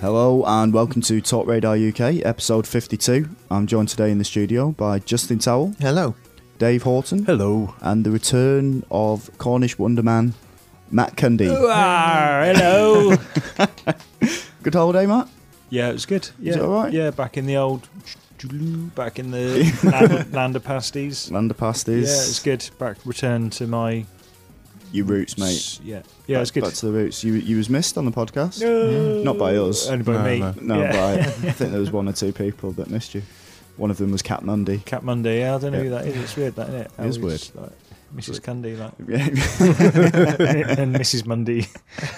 Hello and welcome to Talk Radar UK, episode 52. I'm joined today in the studio by Justin Towell, Hello. Dave Horton, Hello. and the return of Cornish Wonderman, Matt Cundy. Ah, hello. Good holiday, Matt. yeah, it was good. Yeah, it alright? Yeah, back in the old, back in the land, land of pasties. Land of pasties. Yeah, it's good. Back return to my Your roots, mate. s- Yeah, yeah, it's Back- good. Back to the roots. You, you was missed on the podcast. No. Not by us. Only by No, me. no. No, yeah. but I, I think there was one or two people that missed you. One of them was Cat Mundy. Cat Monday. Yeah, I don't know who Yeah. that is. It's weird, that isn't it? It is How it's Like, Mrs. Candy, like, Yeah. and Mrs. Mundy.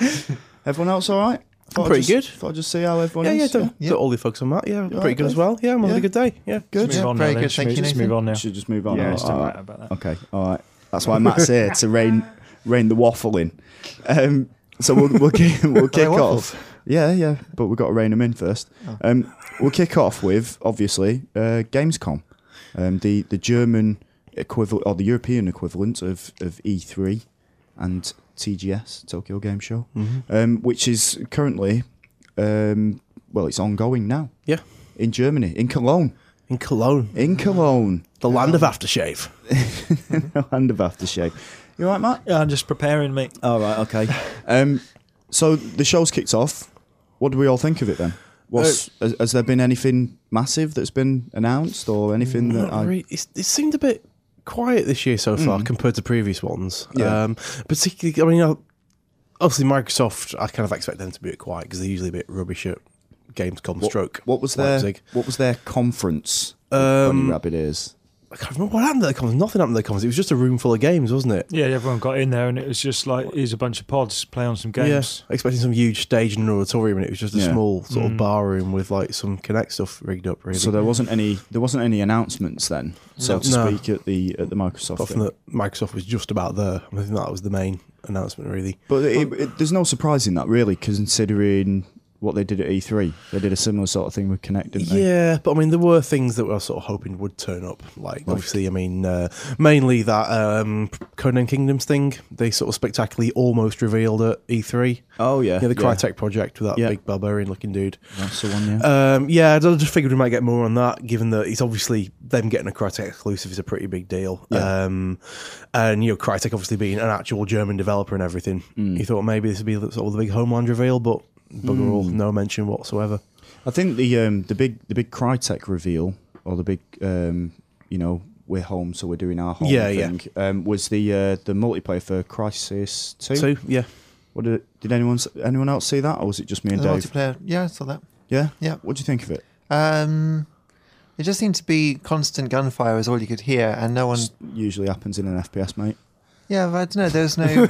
everyone else all right? Thought I'd pretty just, good. Thought I'd just see how everyone Yeah, yeah, is. don't, yeah. don't all the folks on that. Yeah, all pretty right, good as Dave? well. Yeah, I'm Yeah. having a good day. Yeah. Good. Let's move on Very now. good, then. Should thank we- you, Let's move Nathan. on now. Should just move on. Yeah, All it's right, all done right. right about that. Okay, all right. That's why Matt's here to rein rein the waffle in. Um, so we'll we'll, ki- we'll kick waffles? off. Yeah, yeah, but we've got to rein them in first. Um, we'll kick off with obviously uh, Gamescom, um, the the German equivalent or the European equivalent of of E3 and TGS Tokyo Game Show, um, which is currently um, well, it's ongoing now Yeah. in Germany, in Cologne, In Cologne, in Cologne, the land of aftershave. land of aftershave. You all right, Matt? Yeah, I'm just preparing, mate. All right, okay. um, so the show's kicked off. What do we all think of it then? Uh, What's, has, has there been anything massive that's been announced or anything that I? Mm. Not really- it's, it seemed a bit quiet this year so far compared to previous ones. Yeah. Um, particularly, I mean, uh, obviously Microsoft. I kind of expect them to be a bit quiet because they're usually a bit rubbish at Gamescom. What, stroke. What was their Leipzig. What was their conference? Um, Bunny rabbit ears. I can't remember what happened at the conference. Nothing happened at the conference. It was just a room full of games, wasn't it? Yeah, everyone got in there, and it was just like here's a bunch of pods, play on some games. Yeah, expecting some huge stage in an auditorium, and it was just a Yeah. Mm. small sort of bar room with like some Connect stuff rigged up. Really, So there wasn't any there wasn't any announcements then, so No. to No. speak, at the at the Microsoft. apart thing. from that, Microsoft was just about there. I think that was the main announcement, really. But it, it, there's no surprise in that really, considering what they did at E3. They did a similar sort of thing with Connect, didn't they? Yeah, but I mean, there were things that we were sort of hoping would turn up. Like, obviously, I mean, uh, mainly that um, Conan Kingdoms thing. They sort of spectacularly almost revealed at E3. Oh yeah, yeah, the Crytek project with that Yeah. big barbarian-looking dude. That's the one. Yeah. Um, yeah, I just figured we might get more on that, given that it's obviously them getting a Crytek exclusive is a pretty big deal. Yeah. Um, and you know, Crytek obviously being an actual German developer and everything, Mm. you thought maybe this would be the- sort of the big homeland reveal, but bugger all, no mention whatsoever. I think the um, the big the big Crytek reveal or the big um, you know we're home so we're doing our home Yeah, yeah. thing Um, was the uh, the multiplayer for Crisis Two. So yeah, What did, did anyone s- anyone else see that or was it just me and The Dave? multiplayer. Yeah, I saw that. Yeah, Yeah. What do you think of it? Um, it just seemed to be constant gunfire is all you could hear, and no one. Usually happens in an FPS, mate. Yeah, but I don't know. There was no. I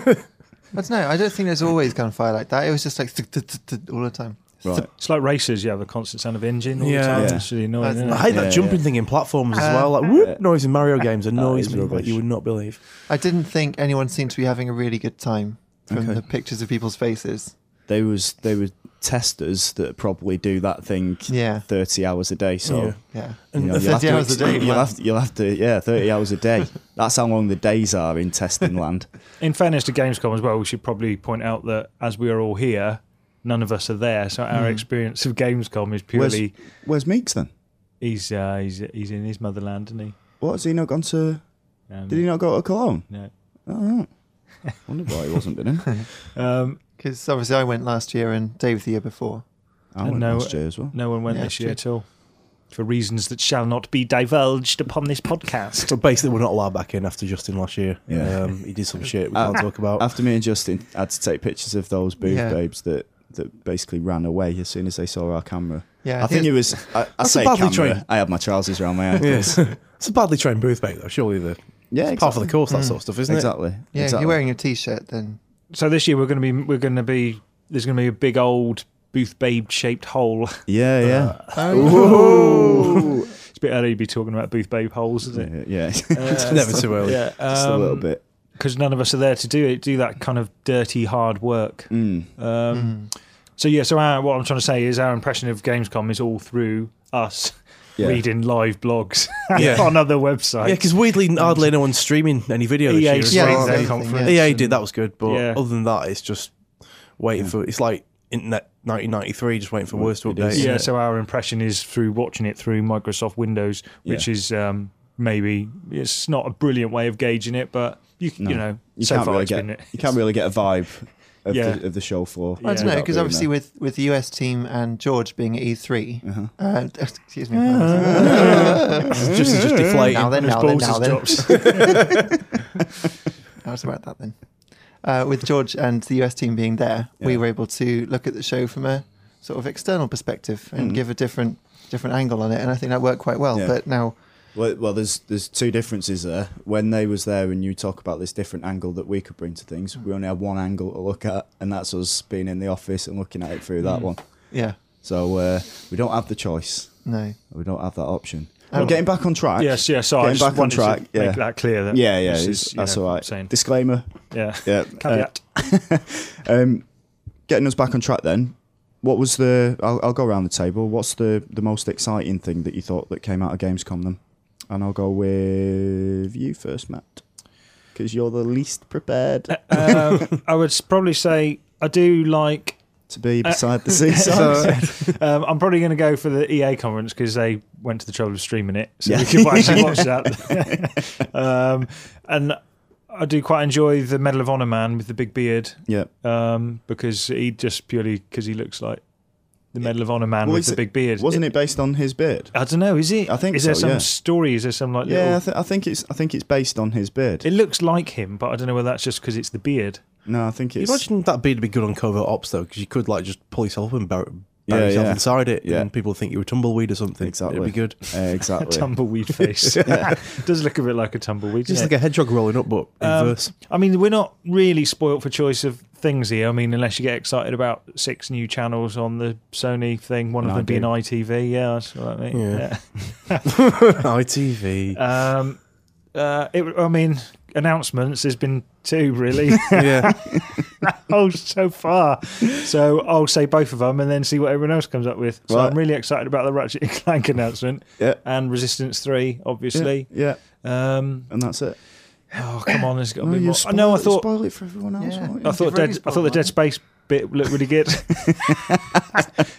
don't know. I don't think there's always gunfire like that. It was just like th- th- th- th- all the time. Right. It's like races; you have a constant sound of engine all Yeah. the time. Yeah. It's really annoying. That's isn't I it? hate Yeah, that jumping yeah. thing in platforms as Uh, well. Like whoop Yeah. noise in Mario games is annoys me rubbish. like you would not believe. I didn't think anyone seemed to be having a really good time from Okay. the pictures of people's faces. They was they were testers that probably do that thing Yeah. thirty hours a day. So Yeah. Yeah. you know, And you'll have 30 to hours a ex- day, You'll man. have, to, you'll have to yeah thirty hours a day. That's how long the days are in testing land. In fairness to Gamescom as well, we should probably point out that as we are all here, none of us are there, so our experience of Gamescom is Where's, purely where's Meeks then? he's uh, he's he's in his motherland, isn't he? What has he not gone to? Um, Did he not go to Cologne? No. Oh, right. wonder why he wasn't been in. Um, Because obviously I went last year and Dave the year before. I went no- last year as well. no one went Yeah, this true. year at all, for reasons that shall not be divulged upon this podcast. So basically, we're not allowed back in after Justin last year. Yeah. Um, he did some shit we Uh, can't talk about. After me and Justin had to take pictures of those booth Yeah. babes that, that basically ran away as soon as they saw our camera. Yeah, I, think it was. I, I a say badly camera. trained- I had my trousers around my ankles. Yes. it's a badly trained booth mate though. Surely the Yeah, it's part of the course that sort of stuff, isn't Mm. it? exactly. Yeah, if exactly. you're wearing a t-shirt, then So this year we're going to be we're going to be there's going to be a big old booth babe shaped hole. Yeah, yeah. Ooh. it's a bit early to be talking about booth babe holes, isn't it? yeah, yeah. Just It's never too early. Yeah, a Um, little bit. because none of us are there to do it, do that kind of dirty hard work. Mm. Um, So yeah, so our, what I'm trying to say is our impression of Gamescom is all through us Yeah. reading live blogs Yeah. on other websites. E Yeah, because weirdly, hardly anyone's streaming any video this EA year. as E streamed well, their yeah. conference. Yeah. EA did that was good, but Yeah. other than that, it's just waiting for. It's like internet 1993, just waiting for words to it is. update. Yeah, innit? so our impression is through watching it through Microsoft Windows, which Yeah. is um, maybe it's not a brilliant way of gauging it, but you you know You so can't far really it's get been it. you can't really get a vibe of, Yeah. the, of the show floor. I I don't know without because being obviously there. with with the US team and George being at E3, Uh-huh. uh excuse me. It's just, it's just deflating. now then, His now then, balls now has then. dropped. I was about that then. Uh, with George and the US team being there, we Yeah. were able to look at the show from a sort of external perspective and give a different different angle on it, and I think that worked quite well. Yeah. But now, Well, well, there's there's two differences there. When they was there, and you talk about this different angle that we could bring to things, we only had one angle to look at, and that's us being in the office and looking at it through Mm. that one. yeah, So uh, we don't have the choice. no, We don't have that option. Oh. But getting back on track. yes, yes. So I Getting just back on wanted to track, yeah. make that clear. That Yeah, yeah, this it's- is, you that's know, all right. saying- Disclaimer. yeah, Yeah. uh, caveat. Um, getting us back on track then. What was the? I'll, I'll go around the table. What's the the most exciting thing that you thought that came out of Gamescom then? And I'll go with you first, Matt, because you're the least prepared um, I would s- probably say I do like. to be uh, beside the seesaw. Um, I'm probably going to go for the EA conference because they went to the trouble of streaming it, so Yeah. we could actually watch that. um, and I do quite enjoy the Medal of Honor man with the big beard yeah, um, because he just purely because he looks like the Medal of Honor man Well, with is the it- big beard. wasn't it based on his beard? I don't know. Is it? I think Is there so, some yeah. story? Is there some like? Yeah, I, little- th- I think it's I think it's based on his beard. it looks like him, but I don't know whether that's just because it's the beard. No, I think You it's imagine that beard would be good on covert ops though, because you could like just pull yourself up and bury, bury Yeah, yourself yeah. inside it, Yeah. and people would think you were tumbleweed or something. exactly. it'd be good. Uh, A exactly. tumbleweed face. Does look a bit like a tumbleweed. Just doesn't like a hedgehog rolling up, but it? Um, inverse. I mean, we're not really spoilt for choice of things here. I mean, unless you get excited about six new channels on the Sony thing, one of And I them being do. ITV. Yeah, that's what I mean. Yeah. Yeah. ITV. Um, uh, it, I mean, announcements. There's been two really. yeah, oh, so far. So I'll say both of them and then see what everyone else comes up with. So Right. I'm really excited about the Ratchet and Clank announcement Yeah. and Resistance 3, obviously. Yeah, Um, and that's it. oh, come on, there's got to be you more. I know, I spoil- thought, spoil it for everyone else. Yeah. won't you? I thought, You've already Dead, I spoiled thought the mine. Dead Space bit looked really good.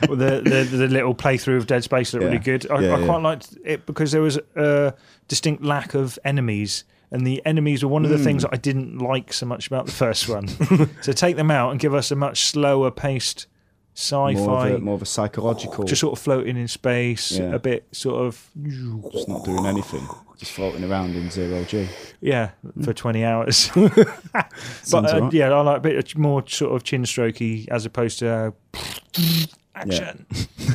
Well, the, the, the little playthrough of Dead Space looked Yeah. really good. I, Yeah, I yeah. quite liked it because there was a distinct lack of enemies. And the enemies were one Hmm. of the things that I didn't like so much about the first one. so take them out and give us a much slower paced sci more fi of a, more of a psychological. just sort of floating in space, Yeah. a bit sort of just not doing anything, just floating around in zero g. yeah for twenty hours. but Sounds uh, Hmm. alright. yeah, I like a bit of- more sort of chin strokey as opposed to uh, action.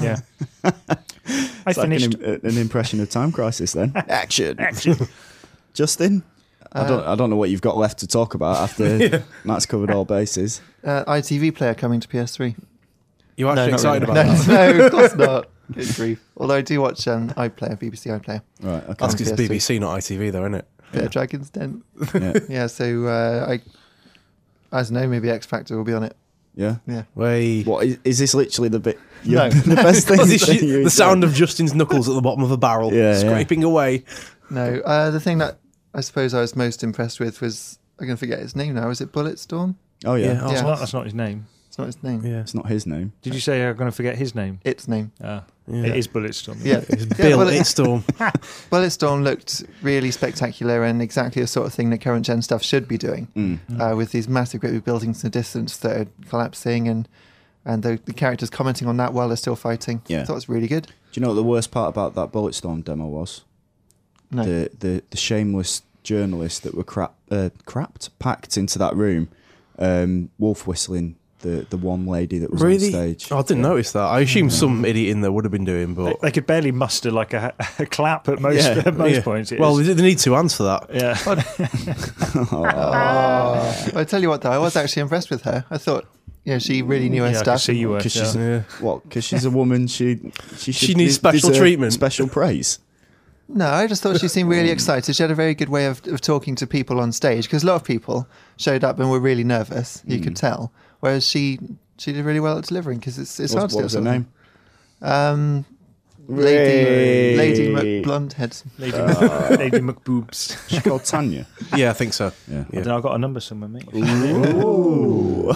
Yeah, I It's like finished. an, im- uh, an impression of Time Crisis. Then action, Action. Justin. I don't. I don't know what you've got left to talk about after Matt's covered all bases. uh, ITV player coming to PS3. you actually not excited really. about that? no, no, of course not. Good grief. Although I do watch um, iPlayer, BBC iPlayer, Right. Okay. That's 'cause Yes, it's BBC, not ITV, though, isn't it? bit of Dragon's Den. yeah. Yeah, so uh, I, I don't know, maybe X Factor will be on it. yeah. Yeah. Way. What is, is this? Literally the bit. No. the best thing. the, the sound of Justin's knuckles at the bottom of a barrel, Yeah, yeah. scraping away. No, uh, the thing that I suppose I was most impressed with was I'm going to forget his name now. Is it Bulletstorm? Oh yeah. Yeah. That's, Yeah. not, that's not his name. It's not his name. Yeah, It's not his name. Did you say I'm going to forget his name? Its name. Uh, yeah. It is Bulletstorm. Yeah. It's yeah, Bill, Bullet- it's Storm. Bulletstorm looked really spectacular and exactly the sort of thing that current gen stuff should be doing Mm. uh, with these massive great big buildings in the distance that are collapsing and and the, the characters commenting on that while they're still fighting. Yeah. I thought it was really good. Do you know what the worst part about that Bulletstorm demo was? No. The the, the shameless journalists that were crap, uh, crapped, packed into that room, um, wolf whistling the, the one lady that was on stage. Oh, I didn't notice that. I assume some idiot in there would have been doing, They, but they could barely muster like a, a clap at most Yeah. at most Yeah. points. It Well, is- they they need to answer that. yeah. But I tell you what, though, I was actually impressed with her. I thought, yeah, she really knew her yeah, I could stuff. see you were. 'Cause yeah. she's Yeah. What? Because she's a woman. She she, should needs de- special deserve treatment. special praise. No, I just thought she seemed really excited. She had a very good way of, of talking to people on stage because a lot of people showed up and were really nervous. You could tell. Whereas she she did really well at delivering because it's it's What, hard to what do was her that sort of name? thing. Um, Hey. Lady, Lady McBlunthead. Lady, Lady McBoobs. She's called Tanya. Yeah, I think so. Yeah. I, don't know, I got a number somewhere, mate. Ooh.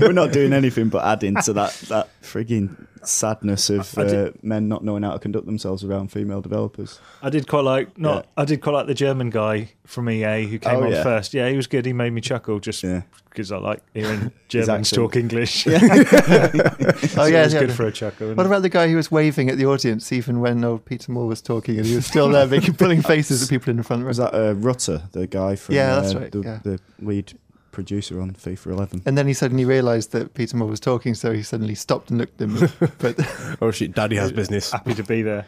We're not doing anything but adding to that that frigging sadness of I- I uh, did- men not knowing how to conduct themselves around female developers. I did quite like not. I did quite like the German guy from EA who came Oh, on yeah. first. Yeah, he was good. He made me chuckle just Yeah. because I like hearing Germans accent. talk English. Oh, So it yeah, was yeah. good for a chuckle. What about the guy who was waving at the audience even when old Peter Moore was talking and he was still there making, pulling faces at people in the front row? Was that uh, Rutter, the guy from Yeah, that's uh, right, the, yeah. the lead producer on FIFA 11? And then he suddenly realised that Peter Moore was talking, so he suddenly stopped and looked at him. But Or Oh, shit, Daddy has business. Happy to be there.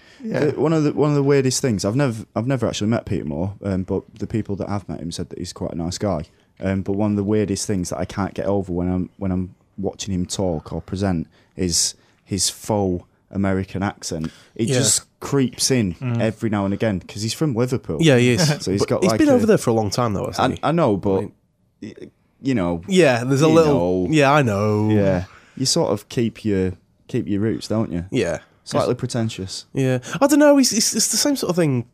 Uh, yeah, one of the one of the weirdest things I've never I've never actually met Peter Moore, um, but the people that have met him said that he's quite a nice guy. Um, but one of the weirdest things that I can't get over when I'm when I'm watching him talk or present is his faux American accent. It Yeah. Mm. just creeps in every now and again because he's from Liverpool. Yeah, he is. So he's But got he's like been a- over there for a long time though, hasn't I, he? I know, but you know, yeah, there's a You little. know. Yeah, I know. yeah, you sort of keep your keep your roots, don't you? yeah. Slightly pretentious. Yeah, I don't know. He's, he's it's the same sort of thing.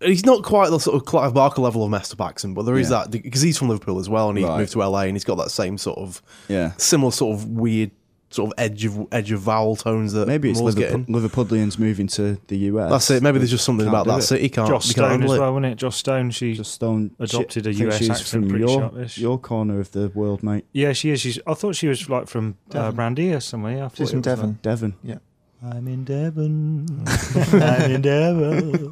He's not quite the sort of Clive Barker level of Mester Paxton, but there is Yeah. that because he's from Liverpool as well, and he Right. moved to LA, and he's got that same sort of Yeah. similar sort of weird sort of edge of edge of vowel tones that Maybe it's Moore's Liverpool, getting. Liverpudlians moving to the US. That's it. Maybe there's just something Can't about do that it. city can't. Josh we can't Stone as Oh, handle it. well, wasn't it? Josh Stone. She, Just Stone Adopted a she- I think US she's accent, from pretty your sharpish. your corner of the world, mate. yeah, she is. She's. I thought she was like from uh, Brandy or somewhere. I thought She's it from was Devon. Devon. like, I'm in Devon. I'm in Devon.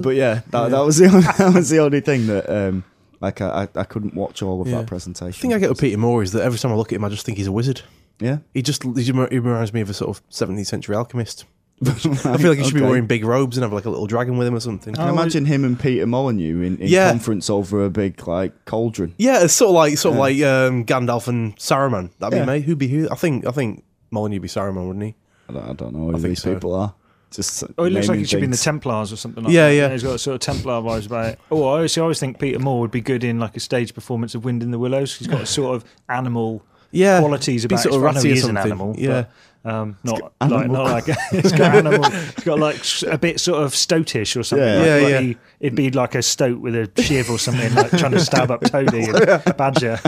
But yeah, that, that was the only, that was the only thing that um like I, I, I couldn't watch all of Yeah. that presentation. The thing I get with Peter Moore is that every time I look at him, I just think he's a wizard. yeah. He just he just remi- he reminds me of a sort of 17th century alchemist. I feel like he should be Okay. wearing big robes and have like a little dragon with him or something. Can you imagine him and Peter Molyneux in, in Yeah. conference over a big like cauldron. Yeah, it's sort of like sort of like um, Gandalf and Saruman. That'd Yeah. be me. Who'd be who? I think I think Molyneux would be Saruman, wouldn't he? I don't, I don't know who think these so. people are. Just Oh, it looks like naming it should be in the things. Templars or something like Yeah, that. yeah. He's got sort of Templar vibes about it. Oh, I always, I always think Peter Moore would be good in like a stage performance of Wind in the Willows. He's got a sort of animal Yeah, qualities be about sort it. of I know ratty he or is an something. animal. Yeah. But, um, not, got like, animal not like it's got animal. It's got like s- a bit sort of stoatish or something. Yeah. like, Yeah, like yeah. he- it'd be like a stoat with a shiv or something, like trying to stab up Toady and Badger,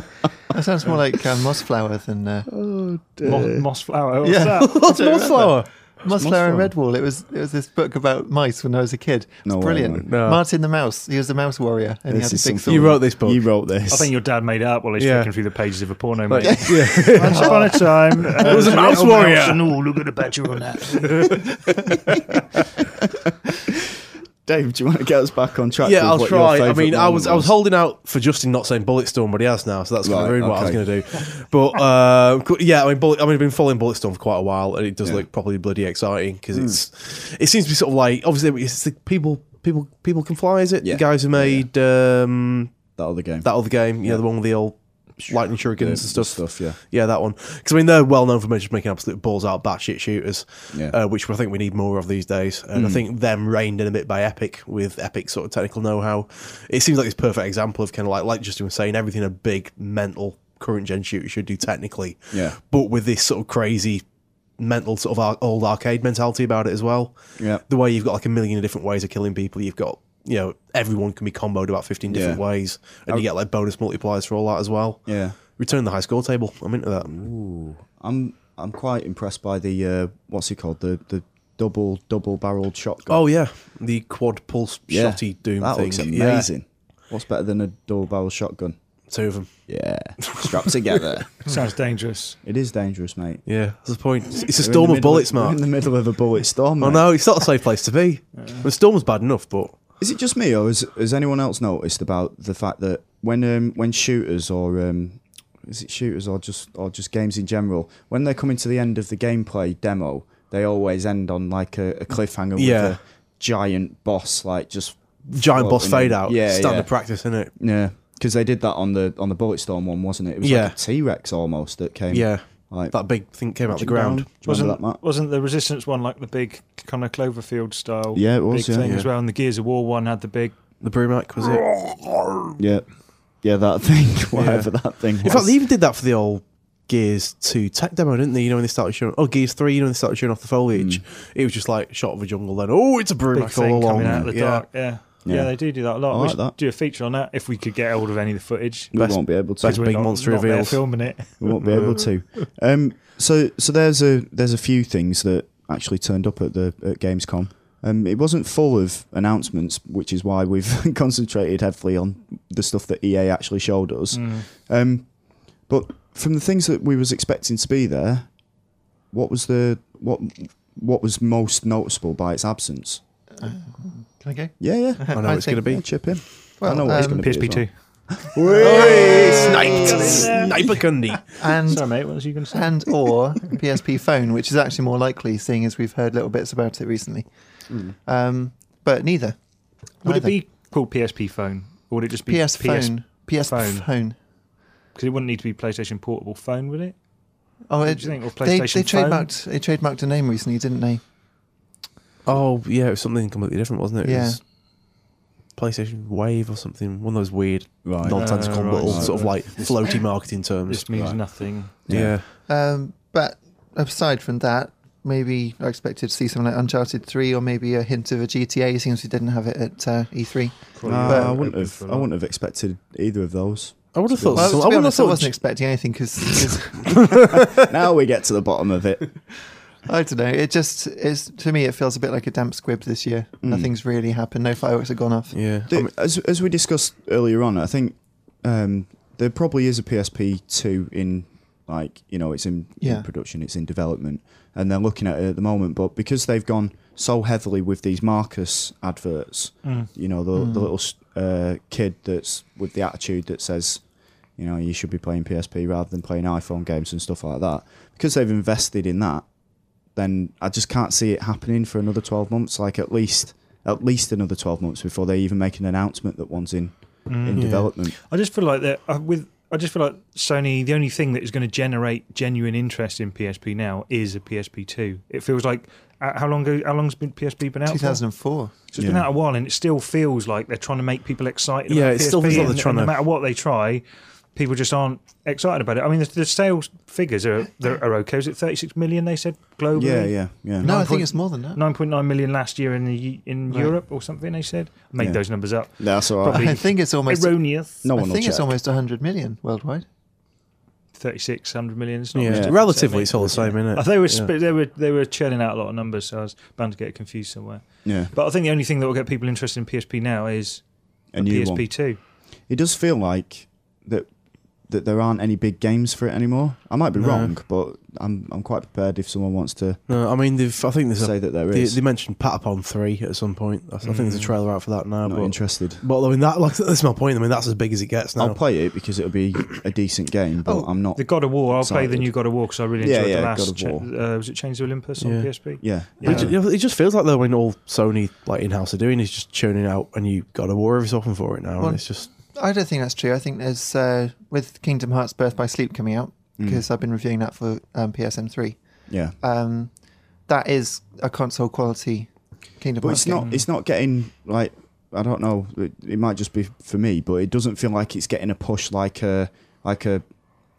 that sounds more like uh, Mossflower than uh, Mo- Moss Flower. What's Yeah. that? What's Mossflower? Mossflower and Mossflower? Redwall. It was it was this book about mice when I was a kid. It's No way, brilliant. man. No. Martin the Mouse. He was the mouse warrior, and This is he had a big something- sword. You wrote this book. You wrote this. I think your dad made it up while he's Yeah. flicking through the pages of a porno. Like, magazine. yeah. Once upon a time, it was a mouse warrior. And, oh, look at the badger on that. Dave, do you want to get us back on track? yeah, with I'll what your try. I favourite mean, I moment was I was holding out for Justin not saying Bulletstorm, but he has now, so that's going Right, to ruin what I was okay. going to do. But uh, qu- yeah, I mean, Bullet, I mean, I've been following Bulletstorm for quite a while, and it does Yeah. Hmm. look probably bloody exciting because it's it seems to be sort of like obviously it's the people people people can fly. Is it Yeah. the guys who Yeah, yeah. made um, that other game. that other game? Yeah, Yeah. the one with the old lightning shurikens The- and the stuff. stuff, yeah. Yeah, that one. Because I mean, they're well known for just making absolute balls out batshit shooters, Yeah. Mm. uh, which I think we need more of these days. And I think them reined in a bit by Epic with Epic sort of technical know how. It seems like this perfect example of kind of like like Justin was saying, everything a big mental current gen shooter should do technically. Yeah. But with this sort of crazy mental sort of ar- old arcade mentality about it as well. Yeah. The way you've got like a million different ways of killing people. You've got you know everyone can be comboed about fifteen different Yeah. ways, and you get like bonus multipliers for all that as well. Yeah. Return the high score table. I'm into that. I'm I'm quite impressed by the uh, what's it called the the double double barreled shotgun. Oh yeah, the quad pulse shotty doom that thing. looks Yeah, amazing. What's better than a double barrel shotgun? two of them. Yeah, strapped together. Sounds dangerous. It is dangerous, mate. Yeah, that's the point. It's, it's a We're in storm the of middle bullets, We're Mark. in the middle of a bullet storm. Oh mate. no, it's not a safe place to be. The storm was bad enough, but Is it just me, or has, has anyone else noticed about the fact that when um, when shooters or um, is it shooters or just or just games in general, when they're coming to the end of the gameplay demo, they always end on like a, a cliffhanger with Yeah. a giant boss, like just giant boss floating in- fade out. Yeah, standard yeah. practice, isn't it? Yeah, because they did that on the on the Bulletstorm one, wasn't it? It was Yeah. like a T Rex almost that came. Yeah, like that big thing came out of the punching down. ground. Do you remember Wasn't that, Matt? wasn't the Resistance one like the big kind of Cloverfield style? Yeah, it was, Big yeah. thing Yeah. as well. And the Gears of War one had the big. The Brumac was it? Yeah, yeah, that thing, whatever that thing. Was. In fact, they even did that for the old Gears 2 tech demo, didn't they? You know, when they started showing, oh, Gears 3, you know, when they started showing off the foliage, it was just like shot of a jungle then, oh, it's a Hmm. big Brumac thing all along. coming out of the yeah. dark. Yeah. yeah, Yeah. they do do that a lot. I we like should that. do a feature on that if we could get hold of any of the footage. We Best- won't be able to. best We're big not- monster not there reveals. filming it. We won't be able to. Um, so so there's a there's a few things that actually turned up at the at Gamescom. Um, it wasn't full of announcements, which is why we've concentrated heavily on the stuff that EA actually showed us. Um, but from the things that we was expecting to be there, what was the what what was most noticeable by its absence? Can I go? Yeah, yeah. I know it's going to Yeah, be. chip in. Well, I know what it's um, going to be. PSP two. Sniped! Sniper Gundy! um, And Sorry, mate. What was you going to say? and or PSP phone, which is actually more likely, seeing as we've heard little bits about it recently. Hmm. Um, but neither. Would it Neither. be called PSP phone, or would it just be PS, phone? PS phone. phone. Because it wouldn't need to be PlayStation Portable phone, would it? Oh, What it- do you think? Or they, they PlayStation phone? trademarked they trademarked a name recently, didn't they? Oh, yeah, it was something completely different, wasn't it? It Yeah. was PlayStation Wave or something, one of those weird, Right. non Uh, tentacle right. little Right. sort of like floaty marketing terms. This means nothing. Yeah. yeah. Um, but aside from that, maybe I expected to see something like Uncharted Three, or maybe a hint of a GTA. Since we didn't have it at uh, E3. No, I wouldn't have. I wouldn't have expected either of those. I would have thought. Well, so- to I be would have honest, I thought. wasn't expecting anything because now we get to the bottom of it. I don't know. It just is to me. It feels a bit like a damp squib this year. Hmm. Nothing's really happened. No fireworks have gone off. yeah, The- as as we discussed earlier on, I think um, there probably is a PSP two in like you know it's in, Yeah. in production, it's in development, and they're looking at it at the moment. But because they've gone so heavily with these Marcus adverts, you know the, the little s- uh, kid that's with the attitude that says. You know, you should be playing PSP rather than playing iPhone games and stuff like that. Because they've invested in that, then I just can't see it happening for another 12 months. Like at least at least another 12 months before they even make an announcement that one's in Mm. Hmm. in development. I just feel like that uh, with. I just feel like Sony. The only thing that is going to generate genuine interest in PSP now is a PSP two. It feels like uh, how long ago, how long's been PSP been out? for? 2004. So it's been Yeah. out a while, and it still feels like they're trying to make people excited. Yeah, about it PSP, still feels like and- they're trying and No to- matter what they try, people just aren't excited about it. I mean, the, the sales figures are they're- are okay. Is it 36 million? They said globally. Yeah, yeah, yeah. No, I point- think it's more than that. 9.9 million last year in the U- in Right. Europe or something. They said. I made Yeah. those numbers up. That's all Probably right. I think it's almost. Erroneous. No I one will think check. it's almost 100 million worldwide. 36, 100 million. It's not much yeah. difference, Relatively, mate. it's all the same, isn't Uh, it? They were Yeah. sp they were they were churning out a lot of numbers, so I was bound to get confused somewhere. yeah, But I think the only thing that will get people interested in PSP now is a new PSP one. two. It does feel like that that there aren't any big games for it anymore. I might be No. wrong, but I'm I'm quite prepared if someone wants to No, I mean, they've. I think there's say a. that there They, is. they mentioned Patapon three at some point. I, I think there's a trailer out for that now. I'm not but interested. but I mean, that like that's my point. I mean, that's as big as it gets now. I'll play it because it'll be a decent game, but I'm not. The God of War. I'll play the Excited. new God of War because I really Yeah, enjoyed yeah, the God last. of Cha- War. uh, was it Chains of Olympus Yeah. on PSP? yeah, Yeah. It, ju- it just feels like though when all Sony like in house are doing is just churning out and you got a war every so often for it now, Well- and it's just I don't think that's true. I think there's uh, with Kingdom Hearts Birth by Sleep coming out because I've been reviewing that for um, PSM3. Mm. yeah. Um, that is a console quality Kingdom But Hearts it's not. game. It's not getting like I don't know. It, it might just be for me, but it doesn't feel like it's getting a push like a like a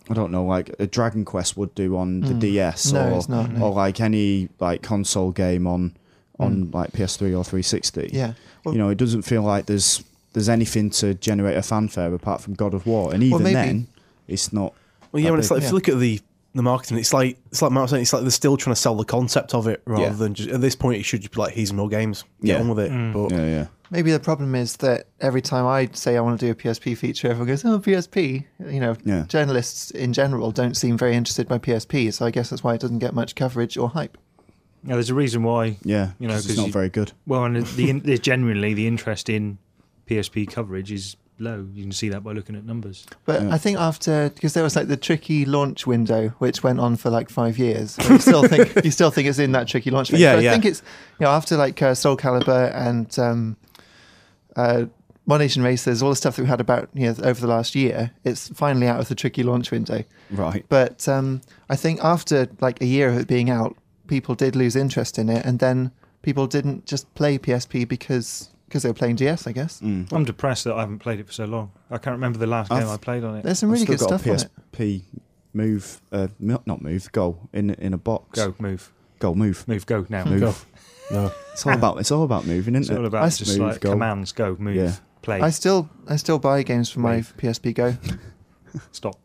I don't know like a Dragon Quest would do on the DS Mm. No, or it's not, no. or like any like console game on on like PS3 or 360. Mm. Yeah. Well- you know, it doesn't feel like there's there's anything to generate a fanfare apart from God of War, and even maybe- then, it's not. Well, yeah, I when it's think- like if you yeah. look at the the marketing, it's like it's like Matt was saying, it's like they're still trying to sell the concept of it rather Yeah. than just at this point it should just be like here's more games, get Yeah. on with it. But Yeah, yeah. Maybe the problem is that every time I say I want to do a PSP feature, everyone goes, "Oh, PSP." You know, Yeah. journalists in general don't seem very interested by PSP, so I guess that's why it doesn't get much coverage or hype. Now there's a reason why. Yeah, You know, 'cause 'cause it's not you- very good. Well, and the, in- the generally the interest in PSP coverage is low. You can see that by looking at numbers. But I think after because there was like the tricky launch window, which went on for like five years. You still think you still think it's in that tricky launch phase. Yeah, but I yeah. think it's you know after like uh, Soul Calibur and um, uh, One Nation Racers, all the stuff that we had about you know over the last year, it's finally out of the tricky launch window. Right. But um, I think after like a year of it being out, people did lose interest in it, and then people didn't just play PSP because because they were playing DS, I guess. I'm depressed that I haven't played it for so long. I can't remember the last I've- game I played on it. There's some really I've good still stuff on got it. a PSP move, uh, mo- not move, goal in in a box. Go, move, goal, move, move, go now. move. Go. No. It's all about it's all about moving, isn't It's it? all about I just move, like go. commands. Go, move, Yeah. play, I still I still buy games for my Wave. PSP Go. stop.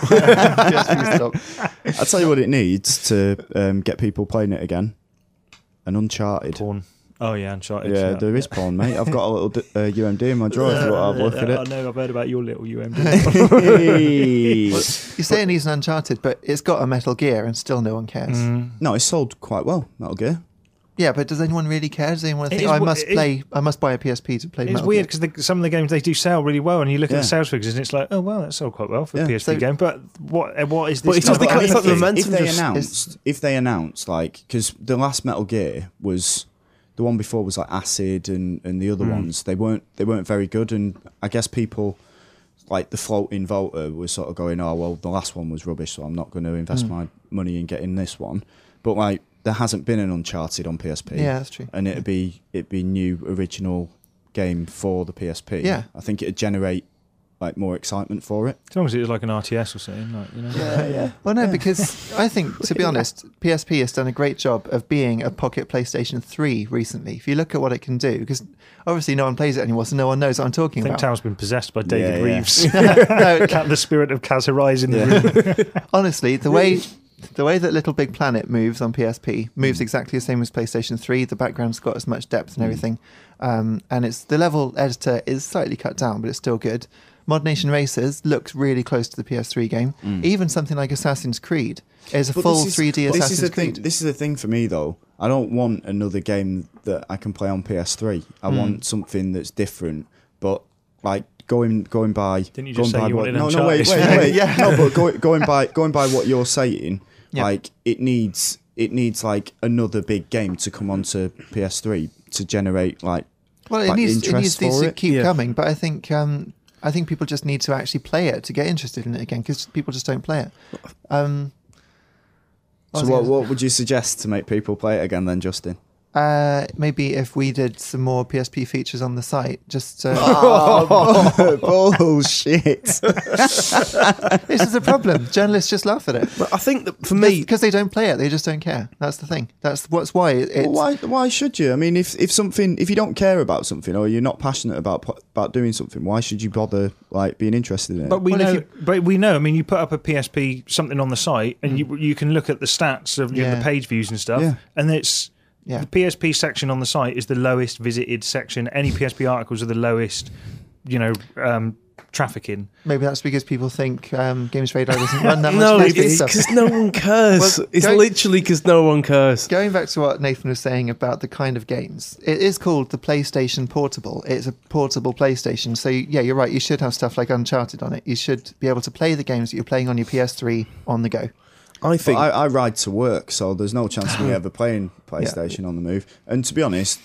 PSP stop. I'll tell you what it needs to um, get people playing it again. An Uncharted. Porn. Oh yeah, Uncharted. Yeah, there is porn, mate. I've got a little d- uh, UMD in my drawer. if you want to have a I look know. I've heard about your little UMD. at it. Well, you say it needs an Uncharted, but it's got a Metal Gear, and still no one cares. no, it sold quite well. That'll go. Yeah, but does anyone really care? Does anyone think is "Oh, I w- must it is- play? I must buy a PSP to play it's Metal weird Gear"? because some of the games they do sell really well, and you look at Yeah. the sales figures, and it's like, oh wow, that sold quite well for Yeah. a PSP So- game. But what? uh, What is this? But it's just about? the- it's like the if- momentum If they just- announced, if they announced, like, because the last Metal Gear was the one before was like Acid and and the other ones. They weren't they weren't very good, and I guess people like the floating Volta was sort of going, oh well, the last one was rubbish, so I'm not going to invest my money in getting this one. But like, there hasn't been an Uncharted on PSP. Yeah, that's true. And it'd be it'd be new original game for the PSP. Yeah. I think it'd generate like more excitement for it. As long as it was like an RTS or something, like you know. yeah. Well, no, because I think, to be honest, PSP has done a great job of being a pocket PlayStation 3 recently. If you look at what it can do, because obviously no one plays it anymore, so no one knows what I'm I talking think about. Tao's been possessed by David Yeah, yeah. Reeves. no, Cat, the spirit of Kaz Horizon. in the room. honestly, the way the way that Little Big Planet moves on PSP Hmm. moves exactly the same as PlayStation 3. The background's got as much depth and everything, um, and it's the level editor is slightly cut down, but it's still good. Mod Nation Racers looks really close to the PS3 game. Even something like Assassin's Creed is a Hmm. But full this is- 3D but Assassin's this is the Creed. Thing, this is the thing for me though. I don't want another game that I can play on PS3. I Hmm. want something that's different. But like going going by Didn't you going just say by you what, wanted no no wait wait Uncharted? wait Yeah. no but go, going by going by what you're saying Yeah. like it needs it needs like another big game to come onto PS3 to generate like Well, it like, needs, it interest needs these for to it. keep Yeah. coming, but I think um, I think people just need to actually play it to get interested in it again because people just don't play it. Um, so was I what gonna- what would you suggest to make people play it again then Justin? uh, maybe if we did some more PSP features on the site, just uh, Ah. Oh. bullshit. this is a problem. Journalists just laugh at it But I think that for me, because they don't play it. They just don't care. That's the thing. That's what's why it, it's. Well, why? Why should you? I mean, if, if something, if you don't care about something or you're not passionate about po- about doing something, why should you bother like being interested in it? But we Well, if know. you- but we know. I mean, you put up a PSP something on the site, and you you can look at the stats of you know, Yeah. the page views and stuff. Mm. Yeah. And it's Yeah. the PSP section on the site is the lowest visited section. Any PSP articles are the lowest, you know, um, traffic in. Maybe that's because people think um, Games Radar doesn't run that much. no, PSP it's stuff. because no one cares. Well, it's go- literally because no one cares. Going back to what Nathan was saying about the kind of games, it is called the PlayStation Portable. It's a portable PlayStation. So, yeah, you're right. You should have stuff like Uncharted on it. You should be able to play the games that you're playing on your PS3 on the go. I But think I, I ride to work, so there's no chance of me ever playing PlayStation on the move. And to be honest,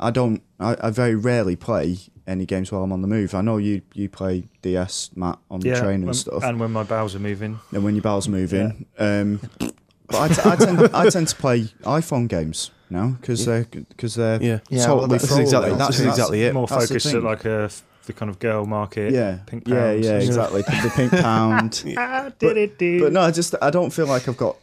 I don't. I, I very rarely play any games while I'm on the move. I know you you play DS Matt on the train and when- stuff, um, And when my bowels are moving, and when your bowels move in. Um, but I, t- I, tend, I tend to play iPhone games now because they're because they're Yeah. Yeah, well, totally that's throwaway. exactly- that's exactly it. more That's the focused thing. at like a f- the kind of girl market. yeah, pink yeah, pounds. yeah, exactly. the pink pound. Ah, did it, do? But no, I just I don't feel like I've got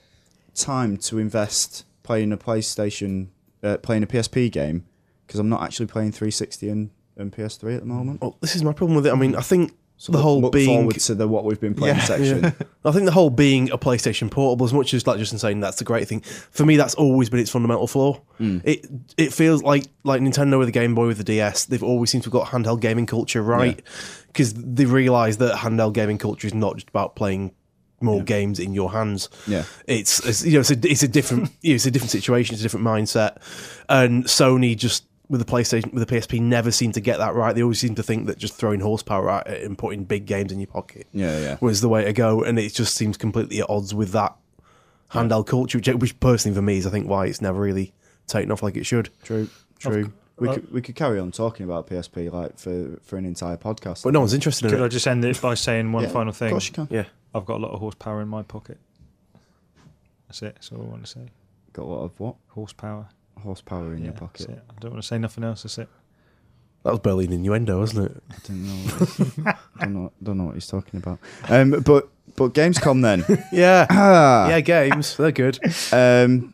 time to invest playing a PlayStation, uh, playing a PSP game because I'm not actually playing 360 and, and PS3 at the moment. Well, Oh, this is my problem with it. I mean, I think the Look- whole look being. forward to the what we've been playing Yeah. section. I think the whole being a PlayStation Portable, as much as like Justin saying that's the great thing, for me that's always been its fundamental flaw. It it feels like like Nintendo with the Game Boy with the DS, they've always seemed to have got handheld gaming culture right because they realise that handheld gaming culture is not just about playing more games in your hands. Yeah. it's, it's you know it's a, it's a different you know, it's a different situation, it's a different mindset, and Sony just. With the PlayStation, with the PSP, never seemed to get that right. They always seem to think that just throwing horsepower at it and putting big games in your pocket Yeah, yeah. was the way to go, and it just seems completely at odds with that handheld culture, which, which personally for me is I think why it's never really taken off like it should. True, true. We could, we could carry on talking about PSP like for, for an entire podcast. But no one's interested in Could I it. just end it by saying one Yeah, final thing? Of course you can. yeah, I've got a lot of horsepower in my pocket. That's it. That's all I want to say. Got a lot of what Horsepower horsepower in your Yeah, pocket? That's it. I don't want to say nothing else. That's it. that was Berlin innuendo, wasn't it? I don't know. What he's- don't know. Don't know what he's talking about. Um, but But Gamescom then. Yeah. yeah, games. They're good. Ah, Um,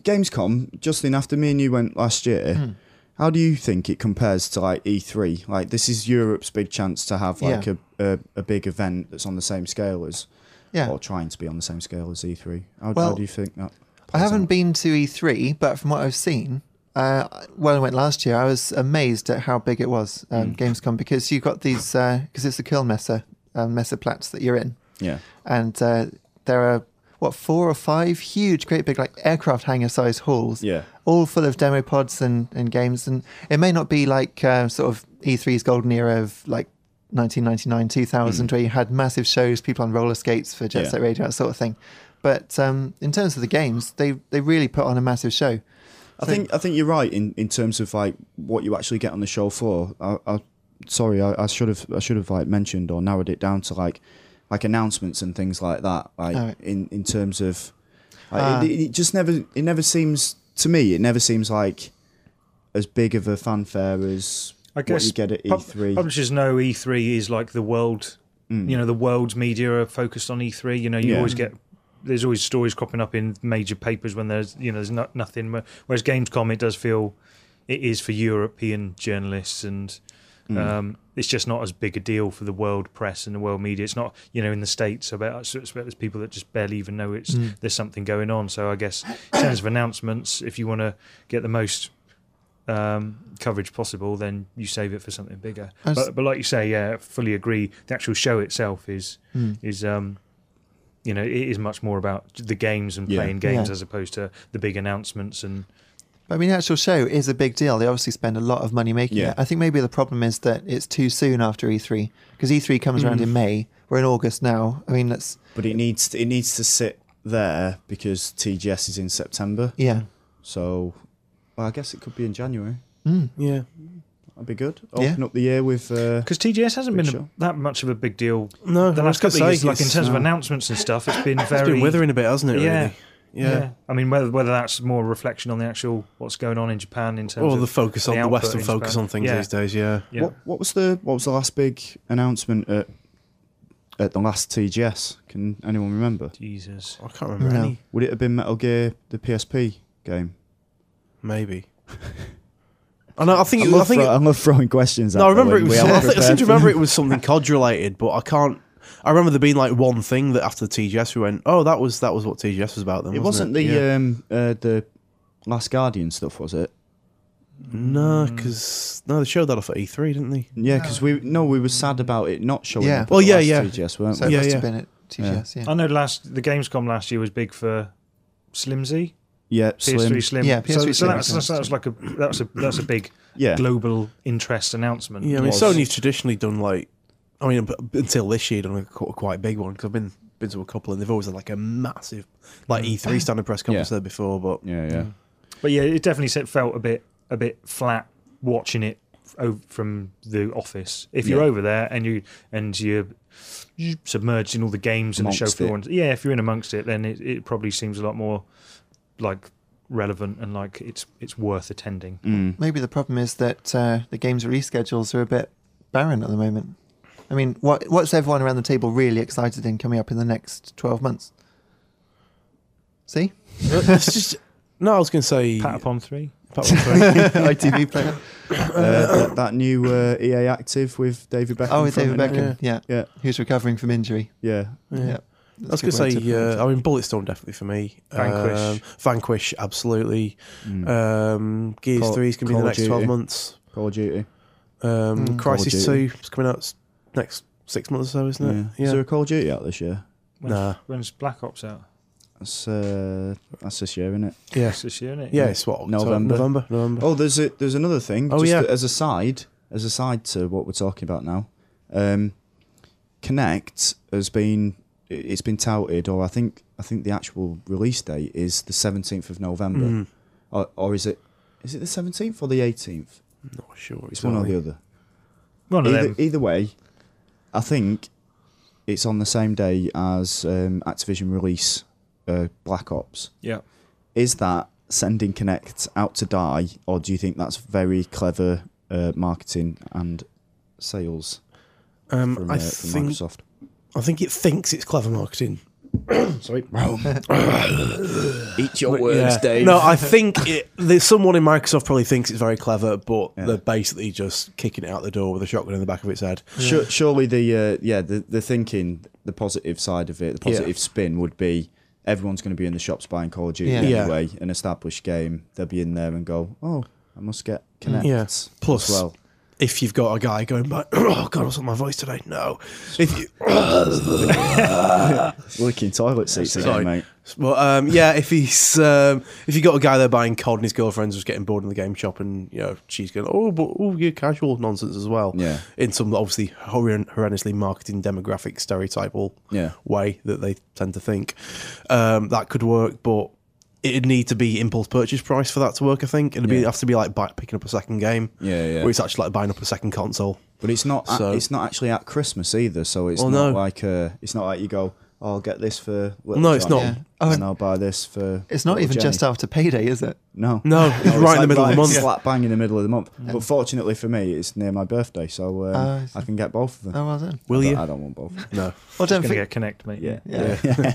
Gamescom, Justin, after me and you went last year, Hmm. how do you think it compares to like E3? Like, this is Europe's big chance to have like Yeah. a, a, a big event that's on the same scale as, Yeah. or trying to be on the same scale as E3. How, how Well, do you think that? I plays haven't out? been to E3, but from what I've seen, uh, when I went last year, I was amazed at how big it was, um, Gamescom, because you've got these, because it's the Killmesser, um, Messerplatz that you're in. Yeah. And uh, there are, what, four or five huge, great big, like aircraft hangar sized halls, Yeah. all full of demo pods and, and games. And it may not be like uh, sort of E3's golden era of like 1999, 2000, where you had massive shows, people on roller skates for Jet Mm-hmm. Yeah. Set Radio, that sort of thing. But um, in terms of the games, they, they really put on a massive show. I think I think you're right in, in terms of like what you actually get on the show floor. I, I sorry, I, I should have I should have like mentioned or narrowed it down to like like announcements and things like that. Like Alright. in, in terms of like, Uh, it, it just never it never seems to me it never seems like as big of a fanfare as I what guess you get E at pub- E3. Publishers know E3 is like the world. You know, the world's media are focused on E3. You know, you Mm. Yeah. always get there's always stories cropping up in major papers when there's you know there's not nothing. Whereas Gamescom, it does feel it is for European journalists and. Mm. Um, it's just not as big a deal for the world press and the world media. It's not, you know, in the states about so it's about there's people that just barely even know it's there's something going on. So I guess in terms of announcements, if you want to get the most um, coverage possible, then you save it for something bigger. I s- But, but like you say, yeah, I fully agree. The actual show itself is Hmm. is um, you know it is much more about the games and Yeah. playing games Yeah. as opposed to the big announcements and But I mean, the actual show is a big deal. They obviously spend a lot of money making Yeah. it. I think maybe the problem is that it's too soon after E E3 because E3 comes Mm. around in May. We're in August now. I mean, that's but it needs to, it needs to sit there because TGS is in September. yeah, So well, I guess it could be in January. Yeah. That'd be good. Yeah. Open up the year with uh, because TGS hasn't Big been a- show. that much of a big deal. No, the I last was couple gonna of years, say, like in it's- uh, terms of no. announcements and stuff, it's been very It's been withering a bit, hasn't it, Yeah. really? Yeah. I mean whether whether that's more reflection on the actual what's going on in Japan in terms Or of the focus on the the, output Western is focus bad. on things Yeah. these days, yeah. yeah. What what was the what was the last big announcement at at the last TGS? Can anyone remember? Jesus. I can't remember No. any. Would it have been Metal Gear the PSP game? Maybe. I know. I think. I it- I love, think. thro- I love throwing questions. no, out I remember it there when was. we I, aren't think, I seem prepared to for them. remember it was something COD related, but I can't. I remember there being like one thing that after the TGS we went, oh, that was that was what TGS was about. Then It wasn't it? the Yeah. um uh, the Last Guardian stuff, was it? no, because no, they showed that off at E3, didn't they? Yeah, because we no, we were sad about it not showing. up Yeah. at Well, the yeah, last yeah. TGS, weren't so we? it Yeah, must yeah. have been at TGS. Yeah, I know last the Gamescom last year was big for Slim Z, Yeah, slim. PS3 Slim. Yeah, so, PS3 so Slim, that's, yeah. that's, that's like a that's a that's a big Yeah, global interest announcement. Yeah, I mean, was. Sony's traditionally done like, I mean, b- until this year, done a qu- quite big one because I've been been to a couple and they've always had like a massive, like E3 standard press conference Yeah. there before, but yeah, yeah. But yeah, it definitely se- felt a bit a bit flat watching it f- o- from the office. If you're Yeah. over there and you and you're submerged in all the games and the show Amongst floor, it. and, yeah, if you're in amongst it, then it, it probably seems a lot more like relevant and like it's it's worth attending. Mm. maybe the problem is that uh, the games release schedules are a bit barren at the moment. I mean, what what's everyone around the table really excited in coming up in the next twelve months? See, it's just. No, I was going to say. Pat upon three. Pat Patapon. ITV player. Uh, that, that new uh, EA active with David Beckham. Oh, with from David it. Beckham. Yeah. Yeah. who's recovering from injury? Yeah, yeah. I That's was a going good to way say, put it. uh, I mean, Bulletstorm definitely for me. Vanquish. Um, Vanquish, absolutely. Mm. Um, Gears Call- 3 is going to be Call the of next 12 Duty. months. Call of Duty. Um, Mm. Call Crisis of 2 Duty. is coming out s- next six months or so, isn't Is it? there a Call of Duty out this year? When's, Nah. when's Black Ops out? That's uh, that's this year, isn't it? Yeah. It's this year, isn't it? Yeah, it's what? October, November. November. November. Oh, there's a, there's another thing. Oh, just yeah. As a side, as a side to what we're talking about now, um, Connect has been i- it's been touted, or I think I think the actual release date is the 17th of November, Hmm. Mm. or, or is it is it the 17th or the 18th? Mm. Not sure. It's one or the other. One of Either, them. either way, I think it's on the same day as um, Activision release uh, Black Ops. Yeah. is that sending Connect out to die, or do you think that's very clever uh, marketing and sales Um, from, I uh, from think Microsoft? I think it thinks it's clever marketing. Sorry. Eat your words, Yeah. Dave. No, I think it, there's someone in Microsoft probably thinks it's very clever, but they're basically just kicking it out the door with a shotgun in the back of its head. Su surely the uh, yeah the, the thinking the positive side of it the Yeah. positive spin would be everyone's going to be in the shops buying Call of Duty Yeah. Yeah. anyway an established game they'll be in there and go oh I must get Mm. connects Yeah. Plus, as well if you've got a guy going back, oh god, I lost my voice today. No, if you, licking toilet seats again sorry. mate Well, um, yeah, if he's um, if you got a guy there buying COD and his girlfriend's just getting bored in the game shop, and you know she's going, oh, but oh, you're casual nonsense as well. Yeah. in some obviously horren- horrendously marketing demographic stereotypal Yeah. way that they tend to think um, that could work, but. It'd need to be impulse purchase price for that to work. I think it'd be Yeah. have to be like buy, picking up a second game. Yeah, yeah. Where it's actually like buying up a second console. but it's not at- So- it's not actually at Christmas either so it's Well, not no. like uh, it's not like you go oh, I'll get this for little No, it's Johnny, not. Yeah. Oh, and I'll buy this for It's not little even just Jenny." after payday, is it? no No, it's right in the middle of the month. slap bang in the middle of the month. But fortunately for me, it's near my birthday, so um, Oh, I see. I can get both of them. Oh, well done. Will I don't- you? I don't want both. No. Well, don't, Gonna for- get connect, mate. Yeah, Yeah. yeah.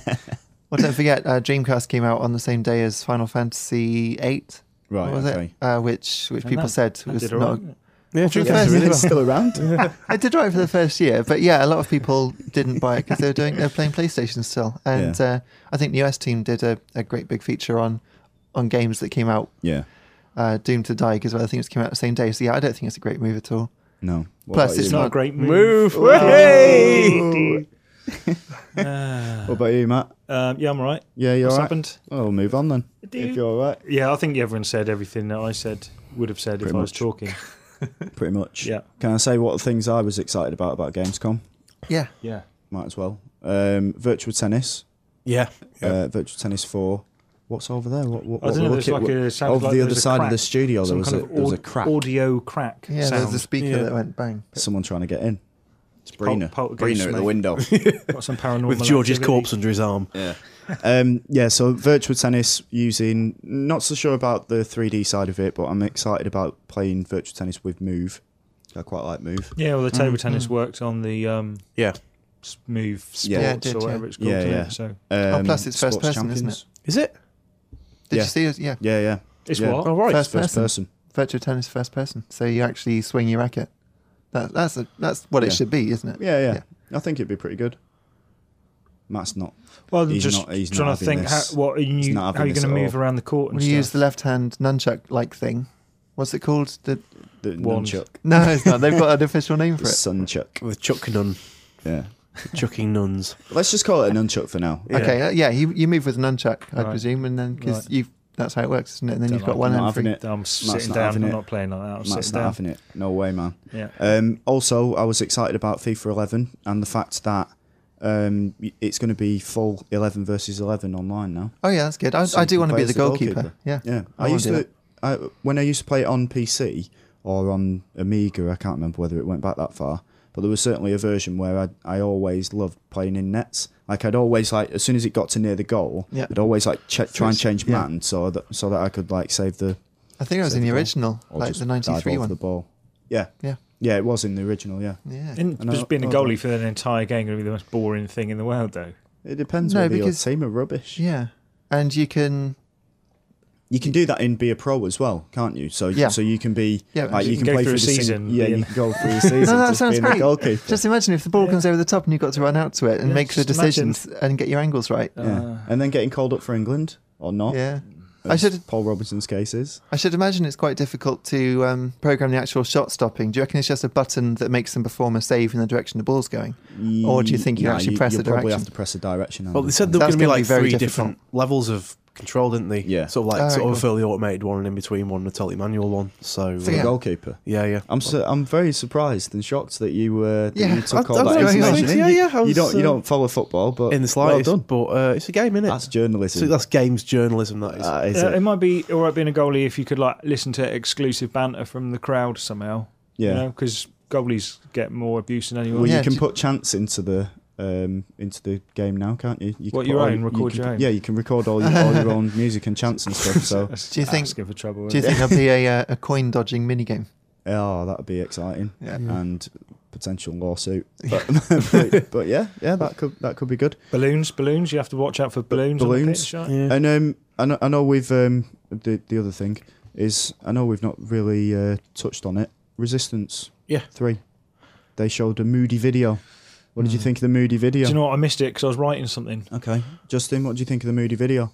well, don't forget, uh, Dreamcast came out on the same day as Final Fantasy VIII. Right. what was Oh, okay. it? Uh, which which And people that- said that was did not. alright, didn't Yeah, Dreamcast Yeah, Yes, so really it's still around. I did right for the first year, but yeah, a lot of people didn't buy it because they were doing they're playing PlayStation still, and Yeah. uh, I think the US team did a, a great big feature on on games that came out yeah. uh, Doomed to Die because well, I think it's came out the same day. So yeah, I don't think it's a great move at all. No. What about Plus, it's you, It's not Matt? a great move. Hey! What about you, Matt? Uh, Um, yeah, I'm all right. Yeah, you're What's all right. happened? Well, we'll move on then. If you're all right, Yeah, I think everyone said everything that I said would have said if Pretty I was much. talking. pretty much. Yeah. Can I say what things I was excited about about Gamescom? Yeah, Yeah. Might as well. Um, virtual tennis. Yeah. Uh, virtual tennis four. What's over there? What? what I don't what know. we're There's looking- like a sound over like the there other was a side of crack, the studio. There Some was kind a of there was a aud- crack. audio crack. yeah. There was sound. a speaker Yeah. that went bang. Someone trying to get in. It's Pol- Brina. poltergeist, Brina at the mate. window. Got some paranormal With George's activity. corpse under his arm. yeah. Um, yeah, so virtual tennis using, not so sure about the 3D side of it, but I'm excited about playing virtual tennis with Move. I quite like Move. Yeah, well, the table tennis worked on on the um, Yeah. s- move sports Mm. Yeah. Yeah, it did, or yeah. whatever it's called. Yeah, didn't it? yeah. So Um, Oh, plus it's first Sports person, isn't it? Is it? Did Yeah. you see it? Yeah, Yeah, yeah. it's Yeah. what? All right. First- First, first person. virtual tennis first person. So you actually swing your racket. That, that's a, that's what it Yeah. should be, isn't it? Yeah, yeah, I think it'd be pretty good. Matt's not. Well, I'm He's just not- he's not trying to having think how, this. what are He's you, not how having are you this going to at move all. around the court and When you use stuff. the left hand nunchuck like thing, what's it called? The The Wand. nunchuck. no, it's not. They've got an official name The for it. sunchuck. With Chuck Nun. Yeah. Chucking nuns. Let's just call it a nunchuck for now. Yeah. Okay, uh, yeah, you, you move with a nunchuck, I Right. presume, and then because Right. you that's how it works, isn't it? And then Don't you've got one like not hand having free. it. I'm sitting not down. having I'm it. not playing like that. I'm Matt's sitting not down. having it. No way, man. Yeah. Um, also, I was excited about FIFA 11 and the fact that um, y- it's going to be full 11 versus 11 online now. Oh yeah, that's good. I, So I you do can want to play be as the goalkeeper. Yeah, Yeah, I, I wanna used do to I, when I used to play it on PC or on Amiga. I can't remember whether it went back that far, but there was certainly a version where I I always loved playing in nets. Like I'd always like as soon as it got to near the goal, Yeah. I'd always like ch- try and Switch, change yeah. man so that so that I could like save the I think it was Save in the the ball. original, or like just the dive '93 over one. the ball. Yeah, Yeah, yeah, it was in the original. Yeah, yeah. Isn't And I- just being a oh, goalie for an entire game going to be the most boring thing in the world, though. it depends No, whether your because- team are rubbish. yeah, and you can. You can do that in be a pro as well, can't you? So Yeah. so you can be Yeah, like, you you can can, go play through a the sing- season yeah, being- you can go through a season. No, that just sounds being great. a goalkeeper. Just imagine if the ball Yeah. comes over the top and you've got to run out to it and Yeah, make the just imagine. decisions and get your angles right. Yeah, Yeah. and then getting called up for England or not. Uh. I as should Paul Robinson's case is. I should imagine it's quite difficult to um, program the actual shot stopping. Do you reckon it's just a button that makes them perform a save in the direction the ball's going? Or do you think you Nah, actually press you the probably direction? have to press the direction. Well, handle. they said there were That's going to be gonna like be very three difficult. different levels of control, didn't they? Ah, Yeah. Sort of like Alright, sort of cool. a fully automated one, an in between one, and a totally manual one. So, for uh, the yeah. goalkeeper. yeah, yeah. I'm su- I'm very surprised and shocked that you uh, that Yeah, you took I- all I that don't know, information. yeah, in. yeah, You- yeah, I you was, don't you uh, don't follow football, but in the slightest, well done. but uh, it's a game, innit? That's so journalism. that's games journalism. That is. That is Uh, it. it might be all right being a goalie if you could like listen to exclusive banter from the crowd somehow. Yeah. you know, because goalies get more abuse than anyone. Well, Yeah, you can ju- put chants into the um, into the game now, can't you? you What, can your put all- own? Record can- your own? Yeah, you can record all your, all your own music and chants and stuff. So That's Do you think- asking for trouble? Do you isn't think there'll be a, uh, a coin dodging minigame? Oh, that'd be exciting. Yeah. And potential lawsuit. But, but, but yeah, yeah, that could that could be good. Balloons, balloons. You have to watch out for balloons. On the balloons. pitch, right? Yeah. And um, I know, I know we've um, the the other thing is I know we've not really uh, touched on it. Resistance. Yeah. Three. They showed a moody video. What Hmm. did you think of the moody video? Do you know what? I missed it because I was writing something. okay, Justin, what do you think of the moody video?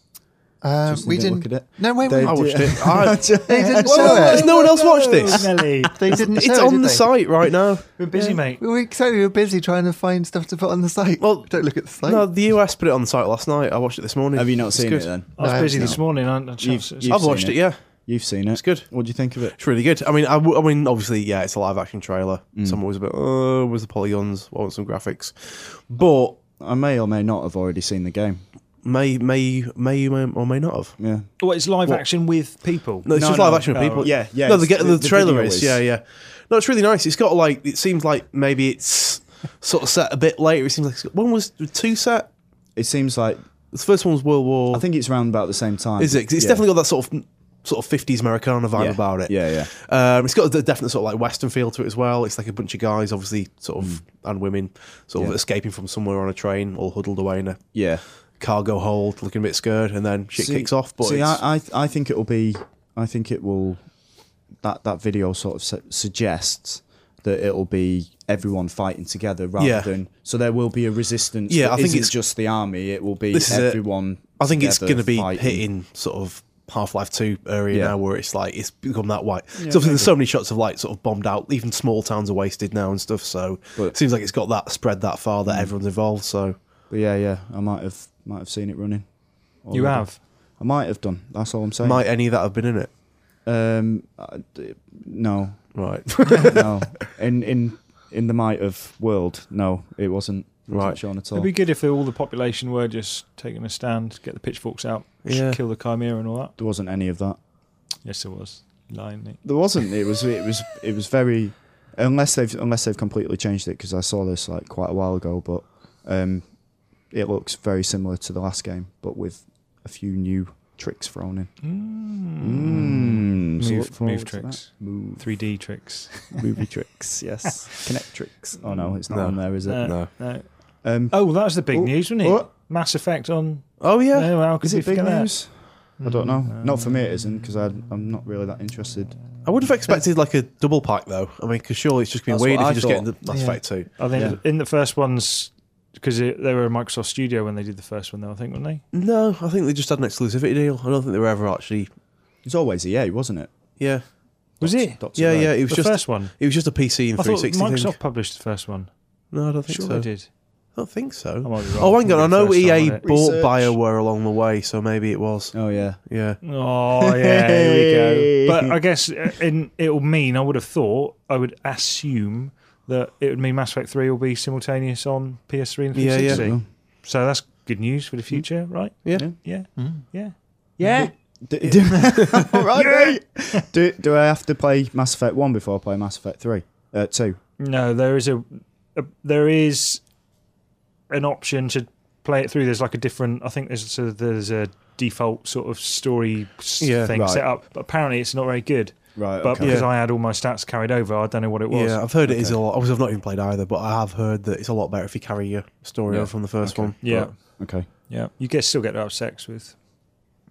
Um, Justin we didn't didn't. look at it. No, wait, They wait. I watched did- it. I, They didn't Well, show Oh, Has it. no one else Oh, watched this? Melly, They didn't. It's show it, on did the they? site right now. we're busy, mate. We were exactly. We were busy trying to find stuff to put on the site. Well, don't look at the site. No, the US put it on the site last night. I watched it this morning. Have you not It's seen good. it then? I was No, busy no. this morning. I, I You've- it's- you've I've watched seen it. it. Yeah, You've seen it. it's good. What do you think of it? It's really good. I mean, I, w- I mean, obviously, yeah, it's a live action trailer. Mm. Someone was a bit, oh, was the polygons? I want some graphics, but I may or may not have already seen the game. may may may, may or may not have. Yeah. well, it's live What? action with people. No, it's No, just no, Oh, live action of no, people. yeah, yeah, No, the, it's- get the- the, the trailer video is. is- Yeah, yeah. No, it's really nice. It's got like it seems like maybe it's sort of set a bit later. It seems like it's got- when was the two set? It seems like The first one was World War. I think it's round about the same time. is it? 'Cause it's Yeah. definitely got that sort of sort of fifties Americana vibe Yeah. about it. Yeah, yeah. Um, it's got a definite sort of like Western feel to it as well. It's like a bunch of guys, obviously, sort of and women, sort Mm. Yeah. of escaping from somewhere on a train, all huddled away in a Yeah. cargo hold, looking a bit scared, and then shit See- kicks off. But see, it's, I, I I think it'll be. I think it will. That that video sort of su- suggests that it'll be everyone fighting together rather Yeah. than. So there will be a resistance. Yeah, that I think isn't it's- just the army. It will be This is it. everyone. I think it's together going to be fighting. hitting sort of Half Life Two area Yeah. now, where it's like it's become that white. so obviously, there's so many shots of like sort of bombed out, even small towns are wasted now and stuff. So But- Mm. it seems like it's got that spread that far that everyone's involved. So But yeah, yeah. I might have might have seen it running. you already. have. I might have done. That's all I'm saying. might any that have been in it? Um. I d- no. Right. No. in in in the might of world. No, it wasn't. wasn't Right. Shown at all. It'd be good if all the population were just taking a stand, get the pitchforks out, Yeah. kill the chimera and all that. There wasn't any of that. Yes, there was. Lying. Nick. There wasn't. It was. It was. It was very. Unless they've unless they've completely changed it because I saw this like quite a while ago, but um, it looks very similar to the last game, but with a few new tricks thrown in. Mm. so look Move, forward move to that. tricks. Move 3D tricks. movie tricks. Yes, connect tricks. Oh no, it's not No. on there, is it? Uh, no. no. Um, Oh, that was the big Oh, news, wasn't it? what? Mass Effect on. Oh yeah. No, how could is we it big forget that? news? I don't know. not for me, it isn't because I'm not really that interested. I would have expected like a double pack though. I mean, because surely it's just going That's to be weird what if I you just get thought. the Mass Yeah. Effect two. I think Yeah. in the first ones, because they were a Microsoft studio when they did the first one, though, I think, weren't they? No, I think they just had an exclusivity deal. I don't think they were ever actually. It's always EA, wasn't it? Yeah. Was it? Doctor Yeah, Who. yeah. It was the just first one. it was just a PC and I thought 360 Microsoft thing. published the first one. No, I don't think Sure, so. they did. I don't think so. I might be wrong. Oh, hang on. I know First time, EA wasn't it? bought Research. BioWare along the way, so maybe it was. Oh yeah. Yeah. Oh yeah, here we go. But I guess uh, in, it'll mean I would have thought I would assume that it would mean Mass Effect Three will be simultaneous on PS3 and Yeah, yeah. 360. So that's good news for the future, right? Yeah. Yeah. Yeah, Mm-hmm. yeah. Yeah. Do, do- all right, mate. do, do I have to play Mass Effect 1 before I play Mass Effect 3? Uh, 2. No, there is a, a there is an option to play it through. There's like a different. I think there's so there's a default sort of story s- Yeah, thing right. set up, but apparently it's not very good. Right, But okay. because Yeah. I had all my stats carried over, I don't know what it was. Yeah, I've heard it is a lot. Obviously, I've not even played either, but I have heard that it's a lot better if you carry your story Yeah. on from the first Okay. one. yeah. Okay. Yeah, you get still get to have sex with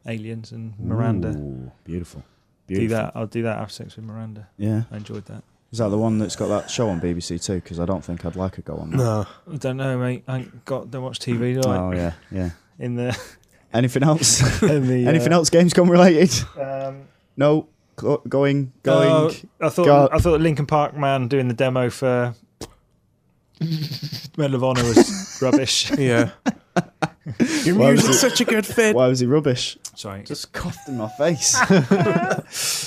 aliens and Miranda. Ooh, beautiful. do Beautiful. that. I'll do that. Have sex with Miranda. Yeah. I enjoyed that. Is that the one that's got that show on BBC Two? Because I don't think I'd like a go on But that. no, I don't know, mate. I ain't got don't watch TV. Do I? Oh, yeah. Yeah. In the, Anything else? in the uh, Anything else Gamescom related? Um, No. Go- going. Going. oh, I thought Go- I thought Lincoln Park man doing the demo for Medal of Honor was rubbish. yeah. your Why was music's it- such a good fit. Why was he rubbish? Sorry. Just coughed in my face.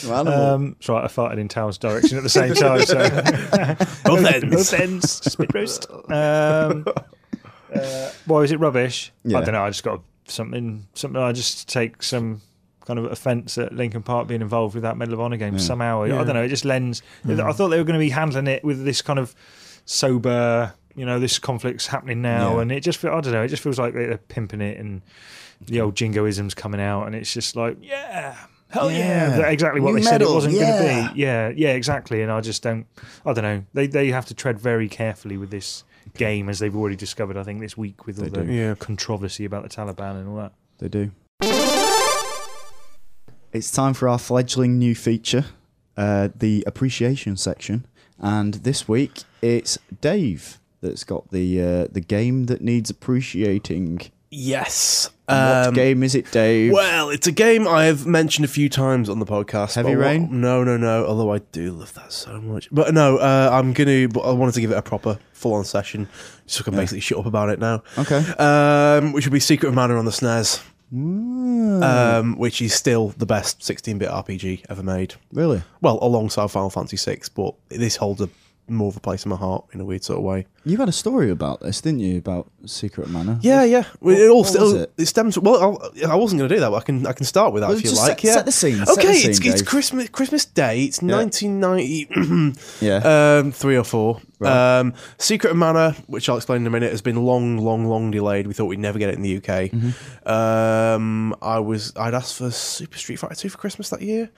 You animal. Um, sorry, I farted in Tao's direction at the same time. So. Both Both ends. ends. Spit roast. Um, uh, why was it rubbish? Yeah. I don't know. I just got something. Something. I just take some kind of offence at Lincoln Park being involved with that Medal of Honor game somehow. I don't know. It just lends. I thought they were going to be handling it with this kind of sober. You know, this conflict's happening now, Yeah. and it just. Feel, I don't know. It just feels like they're pimping it, and the old jingoism's coming out, and it's just like, yeah. hell yeah, That- exactly what New they said it medal, wasn't going yeah. to be. Yeah, yeah, exactly. And I just don't, I don't know. They they have to tread very carefully with this game, as they've already discovered. I think this week with all They the do. Yeah. controversy about the Taliban and all that. They do. It's time for our fledgling new feature, uh, the appreciation section, and this week it's Dave that's got the uh, the game that needs appreciating. Yes. what Um, game is it, Dave? Well, it's a game I have mentioned a few times on the podcast. Heavy but what- Rain? no, no, no. Although I do love that so much, but no, uh, I'm gonna. But I wanted to give it a proper full-on session, so I can basically shut up about it now. Okay. Um, which would be Secret of Mana on the SNES, Mm. um, which is still the best 16-bit RPG ever made. really? Well, alongside Final Fantasy VI, but this holds a more of a place in my heart in a weird sort of way. You had a story about this, didn't you? About Secret Manor? Yeah, yeah. Well, it all what was still it? it? stems. Well, I, I wasn't going to do that, but I can I can start with that Well, if you just like. set- yeah. set the scene, Okay, set the it's, scene, it's Dave. Christmas Christmas Day. It's 1990, Yeah. um, three or four. Right. Um, Secret of Mana, which I'll explain in a minute, has been long, long, long delayed. We thought we'd never get it in the UK. Mm-hmm. Um, I was I'd asked for Super Street Fighter Two for Christmas that year.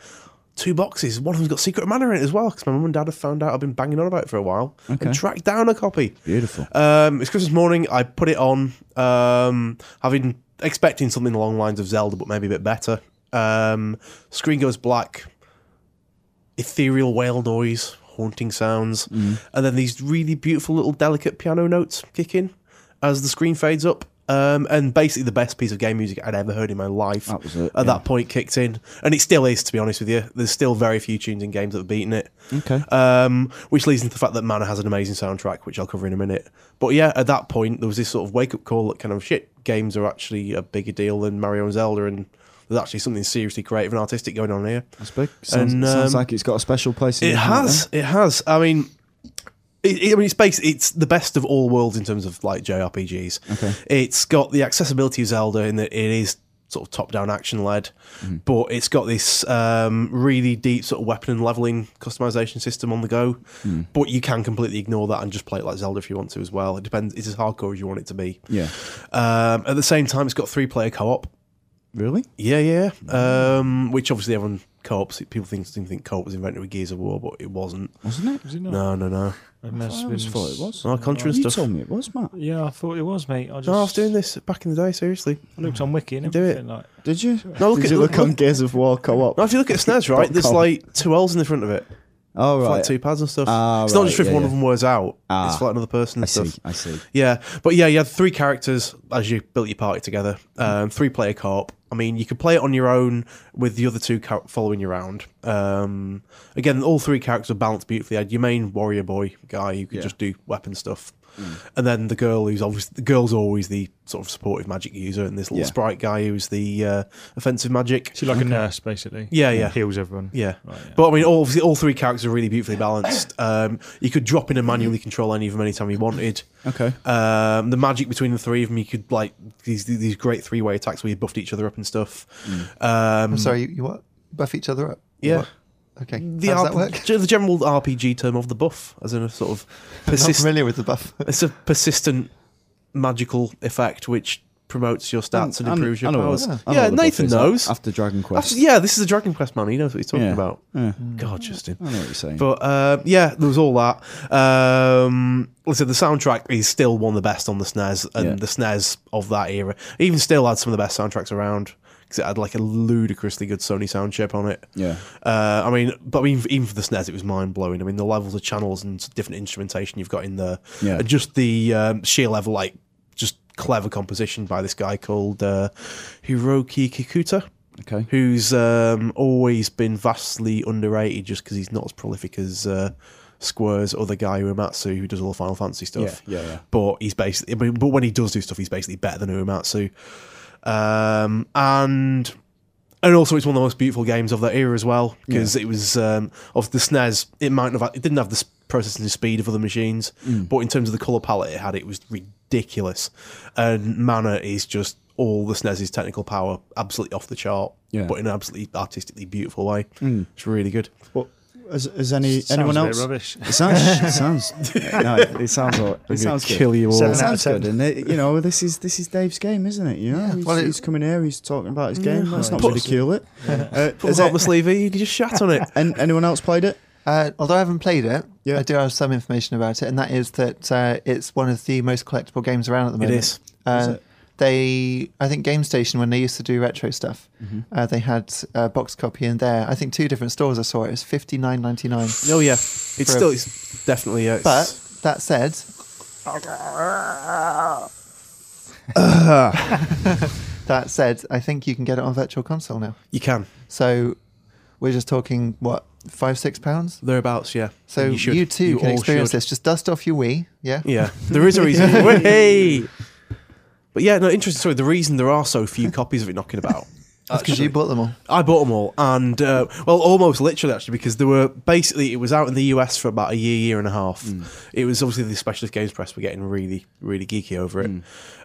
Two boxes. One of them's got Secret of Mana in it as well, because my mum and dad have found out I've been banging on about it for a while Okay. and tracked down a copy. Beautiful. Um, it's Christmas morning. I put it on, um, having expecting something along the lines of Zelda, but maybe a bit better. Um, screen goes black. Ethereal whale noise, haunting sounds, Mm-hmm. and then these really beautiful little delicate piano notes kick in as the screen fades up. Um, and basically, the best piece of game music I'd ever heard in my life That was it, at yeah. that point kicked in, and it still is. To be honest with you, there's still very few tunes in games that have beaten it okay. um, which leads into the fact that Mana has an amazing soundtrack, which I'll cover in a minute. But yeah, at that point, there was this sort of wake up call that kind of shit, games are actually a bigger deal than Mario and Zelda, and there's actually something seriously creative and artistic going on here. That's big. Sounds, and, sounds um, like it's got a special place. In It your heart, has, it has. I mean, it, it- I mean, it's based. It's the best of all worlds in terms of like JRPGs. Okay. It's got the accessibility of Zelda in that it is sort of top-down action-led, but it's got this um, really deep sort of weapon and leveling customization system on the go. But you can completely ignore that and just play it like Zelda if you want to as well. It depends. It's as hardcore as you want it to be. eh? Yeah. Um, at the same time, it's got three-player co-op. Really? Yeah, yeah. Um, which obviously everyone co-ops. People think seem to think co-op was invented with Gears of War, but it wasn't. Wasn't it? Was it not? No, no, no. It must I have always been- thought it was. Oh, Contra and you stuff. told me it was, Matt. Yeah, I thought it was, mate. I just No, I was doing this back in the day. Seriously. I looked on Wiki and Do it. everything. Like, Did you? No, look Did at- you look, look- on Gears of War co-op? No, if you look at SNES, right, there's com. like two L's in the front of it, Oh for, right. like two pads and stuff. Ah, it's not right, just if yeah, one of yeah. them wears out; Ah, it's for like another person and I stuff. see. I see. Yeah, but yeah, you had three characters as you built your party together. Um, three player co-op. I mean, you could play it on your own with the other two char- following you around. Um, again, all three characters are balanced beautifully. You had your main warrior boy guy who could Yeah. just do weapon stuff, and then the girl who's obviously the girl's always the sort of supportive magic user, and this little Yeah. sprite guy who's the uh, offensive magic. she's like a nurse, basically. Yeah, yeah. Heals everyone. Yeah. Right, yeah. But I mean, all, obviously, all three characters are really beautifully balanced. Um, you could drop in and manually control any of them anytime you wanted. Okay. Um, the magic between the three of them, you could like these these great three way attacks where you buffed each other up and stuff. Um, I'm sorry, you, you what? Buff each other up? You Yeah. what? Okay. The, How does RP that work? the general RPG term of the buff, as in a sort of Not persist- familiar with the buff. it's a persistent magical effect which promotes your stats and, I kn- improves your I know what- powers. I know what Yeah, the buff Nathan is, knows. After Dragon Quest. That's- yeah, this is a Dragon Quest man. He knows what he's talking Yeah. about. Yeah. God, Justin. I know what you're saying. But uh, yeah, there was all that. Um, listen, the soundtrack is still one of the best on the SNES, and Yeah. the SNES of that era even still had some of the best soundtracks around because it had like a ludicrously good Sony sound chip on it. yeah. Uh, I mean, but I mean, even for the SNES, it was mind blowing. I mean, the levels of channels and different instrumentation you've got in there, Yeah. and just the um, sheer level, like just clever composition by this guy called uh, Hiroki Kikuta Okay. who's um, always been vastly underrated just because he's not as prolific as uh, Square's other guy Uematsu who does all the Final Fantasy stuff. Yeah, yeah, yeah. But he's basically, I mean, but when he does do stuff, he's basically better than Uematsu. Um, and and also, it's one of the most beautiful games of that era as well because it was um, of the SNES. It might not have, it didn't have the s- processing speed of other machines, Mm. but in terms of the color palette it had, it was ridiculous. And Mana is just all the SNES's technical power, absolutely off the chart, Yeah. Mm. but in an absolutely artistically beautiful way. It's really good. Well, Has, has any Sounds anyone a bit else? rubbish. It sounds. it sounds. No, it sounds. all- It sounds good. kill you all. It Seven out of sounds ten. good, and it, you know this is this is Dave's game, isn't it? You know, he's, Well, it- he's coming here, he's talking about his game. Let's not Put- ridicule it. Uh, Put has it on my it sleeve, you just shat on it. and anyone else played it? Uh, although I haven't played it, Yeah. I do have some information about it, and that is that uh, it's one of the most collectible games around at the It moment. is. Uh, Is it? They, I think, GameStation when they used to do retro stuff, Mm-hmm. uh, they had a box copy in there. I think two different stores I saw it. It was fifty nine ninety nine. Oh yeah, it's still it's definitely yeah. It's, But that said, that said, I think you can get it on Virtual Console now. you can So we're just talking what five six pounds. thereabouts. Yeah. So you, should. too You can all experience should. this. Just dust off your Wii, yeah. Yeah, there is a reason. Hey. But yeah, no, interesting. Sorry, the reason there are so few copies of it knocking about. That's because you actually- bought them all. I bought them all, and uh, well, almost literally actually, because they were basically it was out in the US for about a year, year and a half. Mm. It was obviously the specialist games press were getting really, really geeky over it,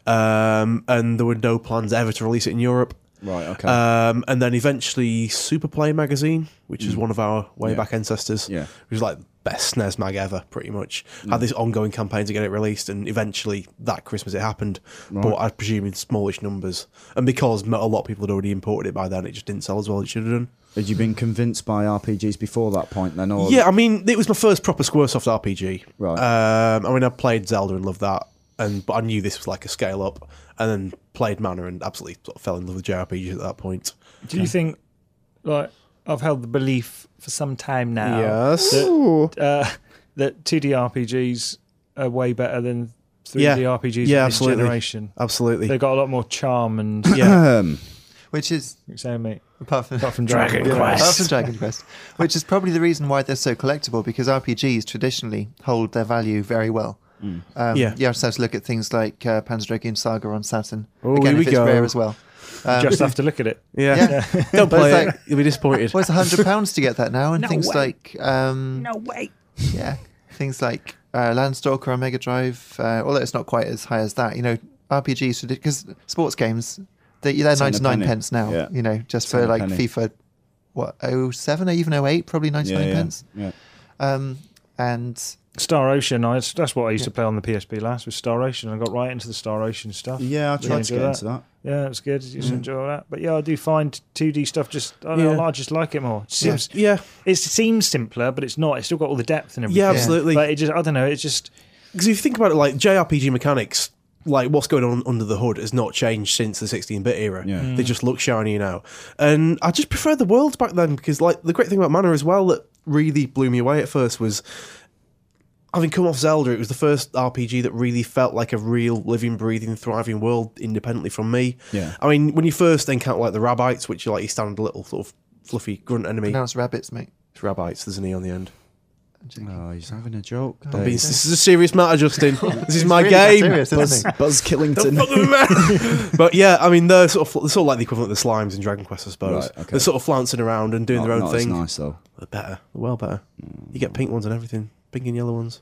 Mm. um, and there were no plans ever to release it in Europe. Right. Okay. Um, and then eventually Superplay magazine, which is one of our way Mm. Yeah. back ancestors, Yeah. Mm. who's like best SNES mag ever, pretty much. Had this ongoing campaign to get it released, and eventually that Christmas it happened, but I presume in smallish numbers. And because mo- a lot of people had already imported it by then, it just didn't sell as well as it should have done. Had you been convinced by RPGs before that point? Then, or Yeah, I mean, it was my first proper SquareSoft RPG. Right. Um, I mean, I played Zelda and loved that, and but I knew this was like a scale up, and then played Manor and absolutely sort of fell in love with JRPGs at that point. Do you think, like, I've held the belief for some time now Yes. that, uh, that 2D RPGs are way better than 3D Yeah. RPGs Yeah, in this absolutely. generation. Absolutely. They've got a lot more charm and yeah. Um, Which is so mate. apart from Apart from Dragon, Yeah, Quest. apart from Dragon Quest, which is probably the reason why they're so collectible because RPGs traditionally hold their value very well. Um, Mm. Yeah. you also have to look at things like uh, Panzer Dragoon Saga on Saturn. Oh, Again, here if we it's go. rare as well. Um, Just have to look at it. Yeah. Don't But play it's it. like- You'll be disappointed. well, it's hundred pounds to get that now, and No things way. like um, way. yeah, things like uh, Landstalker on Mega Drive. Uh, although it's not quite as high as that, you know, RPGs because sports games they, they're Ten a ninety nine penny. pence now. Yeah. You know, just Ten for a like penny. FIFA, what 07 or even 08, probably ninety yeah, nine yeah, pence. yeah. Um, and Star Ocean. I, that's what I used to play on the PSP last was Star Ocean. I got right into the Star Ocean stuff. Yeah, I tried Really to get enjoy into that. Yeah, it's good. You just enjoy that. But yeah, I do find 2D stuff just, I, don't know, Mm. Yeah. I just like it more. It seems, yeah. it seems simpler, but it's not. It's still got all the depth and everything. Yeah, absolutely. But it just, I don't know, it's just, Because if you think about it, like JRPG mechanics, like what's going on under the hood has not changed since the 16-bit era. Yeah. Mm. They just look shiny now, and I just prefer the worlds back then because, like, the great thing about Manor as well that really blew me away at first was. Having come off Zelda, it was the first RPG that really felt like a real, living, breathing, thriving world independently from me. Yeah. I mean, when you first encounter like the Rabbites, which are like your standard little sort of fluffy grunt enemy, now it's rabbits, mate. it's Rabbites. There's an e on the end. I'm joking. Oh, he's having a joke. I Dave. mean, this is a serious matter, Justin. This is It's my really that game. serious, isn't it? Buzz Killington. but yeah, I mean, they're sort of they're sort of like the equivalent of the slimes in Dragon Quest, I suppose. Right, okay. They're sort of flouncing around and doing Not- their own not as thing. nice Mm. though. They're better, they're well better. You get pink ones and everything, pink and yellow ones.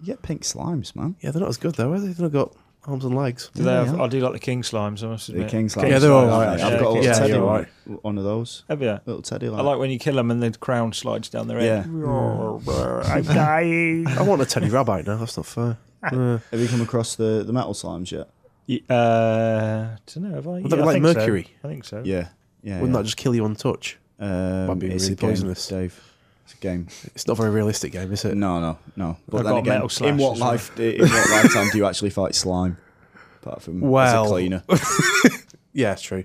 You get pink slimes, man. Yeah, they're not as good though, are they? They've not got arms and legs. do they have, I do like the King Slimes, I must The admit. king slimes. Yeah, they're all I've right, got a actually. little Yeah, teddy you're one. right. One of those. Have you? Little teddy. I like when you kill them and the crown slides down their Yeah. head. I'm dying. I want a teddy rabbit now. That's not fair. Uh, Have you come across the, the metal slimes yet? Y- Uh, don't know. Have I? that be I like think so. mercury? I think so. Yeah. Yeah. Wouldn't yeah. that just kill you on touch? Um, Might be it's really a game, poisonous. Dave. It's a game. It's not a very realistic game, is it? No, no, no. But I've then got again, metal slash in what as well. life, in what lifetime do you actually fight slime? Apart from Well. as a cleaner. Yeah, it's true.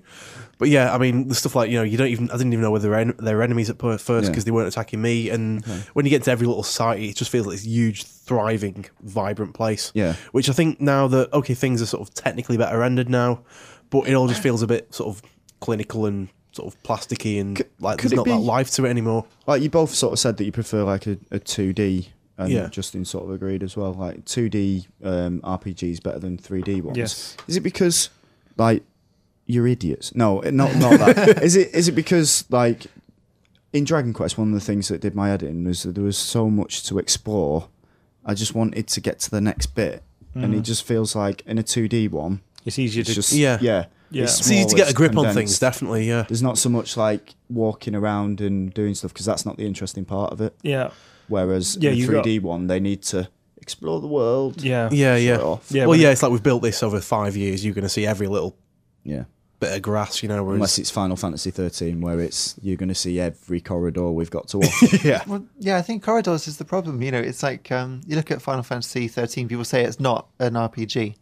But yeah, I mean, the stuff like you know, you don't even. I didn't even know whether they're, en- they're enemies at per- first Yeah. because they weren't attacking me. And when you get to every little society, it just feels like this huge, thriving, vibrant place. Yeah. Which I think now that okay, things are sort of technically better ended now, but it all just feels a bit sort of clinical and sort of plasticky and like could there's it not that be- life to it anymore. Like you both sort of said that you prefer like a, a 2D, and Yeah. Justin sort of agreed as well. Like 2D um, RPGs better than 3D ones. Yes. Is it because like you're idiots? No, not not that. is it is it because like in Dragon Quest, one of the things that did my head in was that there was so much to explore. I just wanted to get to the next bit, and it just feels like in a 2D one, It's easier it's to just Mm. Yeah. yeah. Yeah. It's It's easy to get a smallest, grip on condensed. things, definitely. Yeah, There's not so much like walking around and doing stuff because that's not the interesting part of it. Yeah. Whereas Yeah, in the you 3D one, they need to explore the world. Yeah. yeah, yeah. Sort of. Yeah, well, when yeah, it's like we've built this over five years. You're going to see every little Yeah. bit of grass, you know. Whereas, Unless it's Final Fantasy 13, where it's you're going to see every corridor we've got to walk. yeah, Well, yeah, I think corridors is the problem. You know, it's like um, you look at Final Fantasy 13. People say it's not an RPG.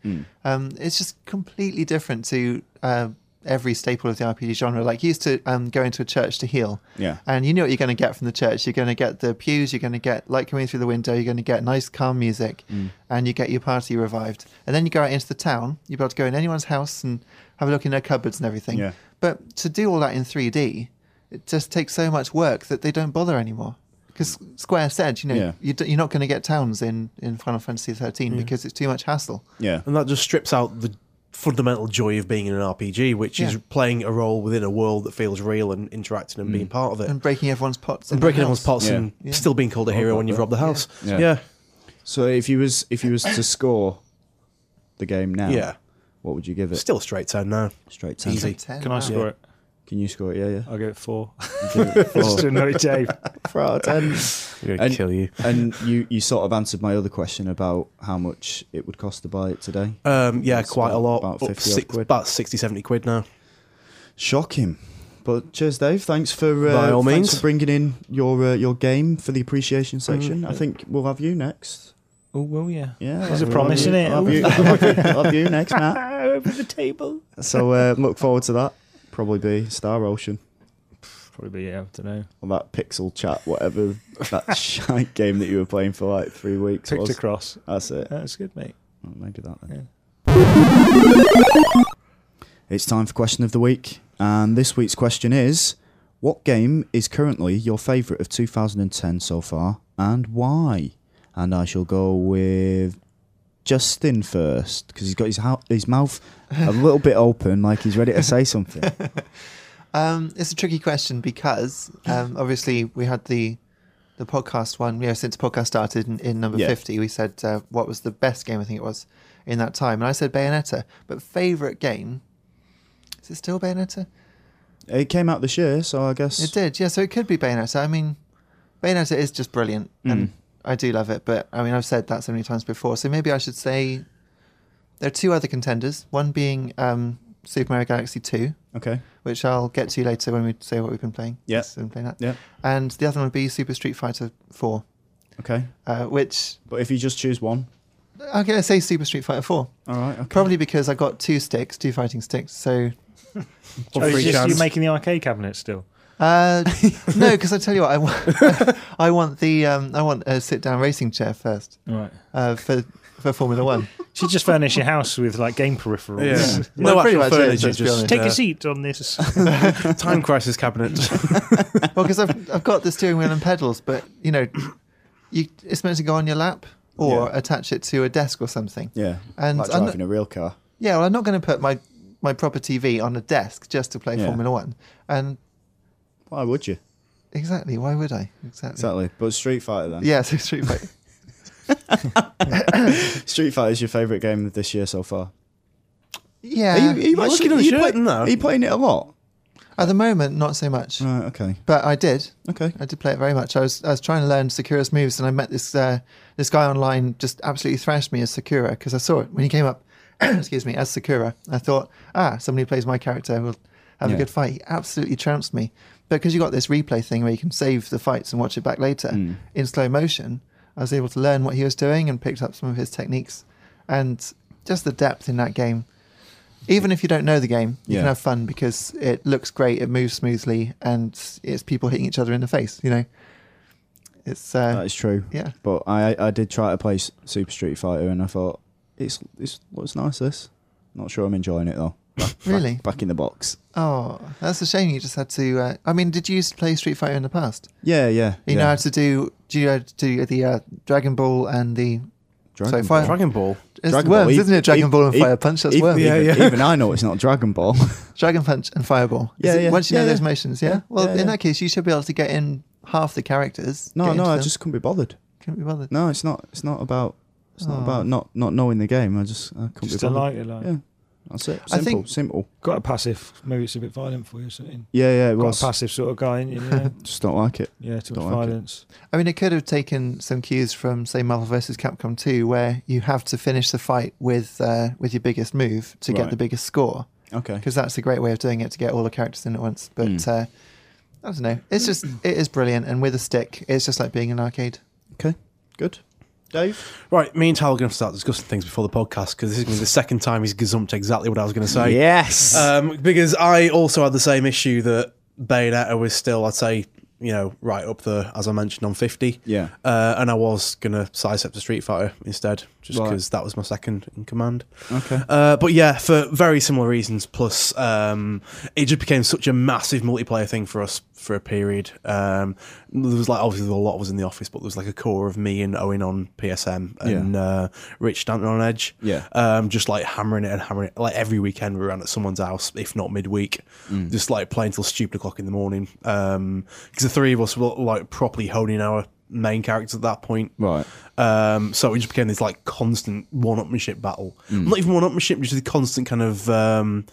Um, it's just completely different to uh, every staple of the RPG genre. Like you used to um, go into a church to heal, Yeah. and you know what you're going to get from the church. You're going to get the pews. You're going to get light coming through the window. You're going to get nice calm music, Mm. and you get your party revived. And then you go out into the town. You're able to go in anyone's house and have a look in their cupboards and everything. Yeah. But to do all that in 3D, it just takes so much work that they don't bother anymore. Because Square said, you know, Yeah. you d- you're not going to get towns in, in Final Fantasy 13 because it's too much hassle. yeah. and that just strips out the fundamental joy of being in an RPG, which is Yeah. playing a role within a world that feels real and interacting and being part of it. And breaking everyone's pots. in and the breaking house. everyone's pots Yeah. and Yeah. still being called a hero when you've robbed the house. Yeah. Yeah. Yeah. Yeah. So if you was if you was to score the game now, what would you give it? Still a straight 10 now. Straight ten. Easy. Ten, Can I wow. score it? Can you score it? Yeah, yeah. I'll give it four. Give it four. Just to annoy Dave. Four out of 10. We're And- going to kill you. And you you sort of answered my other question about how much it would cost to buy it today. Um, yeah, It's quite about- a lot. about Up 50 odd six- quid. About 60, 70 quid now. Shocking. But cheers, Dave. Thanks for uh, By all thanks means. for bringing in your uh, your game for the appreciation Mm. section. I think we'll have you next. Oh, well, yeah. Yeah, There's a we'll promise have in you- it. I'll Have you, I'll have you next, Matt. Over the table. So uh, look forward to that. Probably be Star Ocean Probably, yeah, I don't know. or that Pixel Chat, whatever that shite game that you were playing for like three weeks. Ticked Was. across. That's it. That's good, mate. Well, maybe that then. Yeah. It's time for question of the week, and this week's question is: What game is currently your favourite of 2010 so far, and why? And I shall go with Justin first because he's got his hou- his mouth a little bit open, like he's ready to say something. Um, it's a tricky question because um, obviously we had the the podcast one. You know, since podcast started in, in number Yeah. fifty, we said uh, what was the best game I think it was in that time, and I said Bayonetta. But favorite game is it still Bayonetta? It came out this year, so I guess It did, yeah. So it could be Bayonetta. I mean, Bayonetta is just brilliant, Hmm. and I do love it. But I mean, I've said that so many times before. So maybe I should say there are two other contenders. One being um, Super Mario Galaxy Two, Okay, which I'll get to later when we say what we've been playing. Yeah. So I'm playing that. Yeah. And the other one would be Super Street Fighter 4, okay. uh, which But if you just choose one, I'm going to say Super Street Fighter 4. all right, okay. Probably because I got two sticks, two fighting sticks. So, Oh, it's Free just chance. you're making the arcade cabinet still. uh, no, because I tell you what, I want, I want the um, I want a sit down racing chair first Right. uh, for for Formula One. Should just furnish your house with like game peripherals. Yeah. Well, No pretty actual much, yeah, furniture, let's be just honest. Take uh, a seat on this. time crisis cabinet. well, because I've I've got the steering wheel and pedals, but you know, you it's meant to go on your lap or Yeah. attach it to a desk or something. yeah, And like I'm driving a real car. Yeah, well, I'm not going to put my my proper TV on a desk just to play Yeah. Formula One. And Why would you? exactly, why would I? Exactly. Exactly. But Street Fighter then. Yeah, so Street Fighter. Street Fighter is your favourite game of this year so far. yeah. You're looking at are you, the shirt play- now. are you playing it a lot? At the moment, not so much. Right. Okay. But I did. Okay. I did play it very much. I was I was trying to learn Sakura's moves, and I met this uh, this guy online. Just absolutely thrashed me as Sakura because I saw it when he came up. excuse me, as Sakura. I thought, ah, somebody who plays my character. will have Yeah. a good fight. He absolutely trounced me. But because you got this replay thing where you can save the fights and watch it back later Mm. in slow motion, I was able to learn what he was doing and picked up some of his techniques and just the depth in that game. Even if you don't know the game, you Yeah. can have fun because it looks great, it moves smoothly, and it's people hitting each other in the face. You know, it's That uh, is true. yeah, But I I did try to play S- Super Street Fighter and I thought it's it's looks nice. This. Not sure I'm enjoying it though. really. Back in the box. Oh, that's a shame. You just had to. Uh, I mean, did you used to play Street Fighter in the past? Yeah. Yeah. You yeah. know how to do. Do you know how to do the uh, Dragon Ball and the Dragon sorry, Ball. Fire- Dragon Ball. It's Dragon worms, Ball, e- isn't it? Dragon e- Ball and e- Fire Punch. That's Even, worms. Yeah, even- yeah. even I know it's not Dragon Ball. Dragon Punch and Fireball. Is Yeah, it- yeah. Once you know Yeah, those yeah. motions, yeah. Well, Yeah, in yeah. that case, you should be able to get in half the characters. no, get no, into I them. just couldn't be bothered. can't be bothered. No, it's not. It's not about. It's not Oh. about not not knowing the game. I just I couldn't just be to bothered. like it, like. Yeah. That's it. I Simple. think- simple. Got a passive. Maybe it's a bit violent for you. or Something. Yeah, yeah. It Got was. a passive sort of guy. ain't you? Yeah, Just don't like it. yeah too much Don't like it. violence. I mean, it could have taken some cues from, say, Marvel vs. Capcom 2, where you have to finish the fight with uh, with your biggest move to get Right. the biggest score, Okay. because that's a great way of doing it to get all the characters in at once. But Mm. uh, I don't know, it's just it is brilliant, and with a stick, it's just like being in an arcade. Okay. Good. Dave. Right, me and Tal are going to start discussing things before the podcast because this is gonna be the second time he's gazumped exactly what I was going to say. Yes. Um, because I also had the same issue that Bayonetta was still, I'd say, you know, right up there, as I mentioned, on 50. Yeah. Uh, and I was going to sidestep to Street Fighter instead, just Right. because that was my second in command. okay. Uh, but yeah, for very similar reasons. Plus, um, it just became such a massive multiplayer thing for us for a period. Um, there was like obviously there were a lot of us in the office, but there was like a core of me and Owen on PSM and uh, Rich Stanton on Edge. Yeah. um, just like hammering it and hammering it. Like every weekend we were around at someone's house, if not midweek, Mm. just like playing till stupid o'clock in the morning. Because the three of us were like properly honing our main characters at that point. Right. Um, so it just became this like constant one-upmanship battle. Mm. Not even one-upmanship, just the constant kind of um,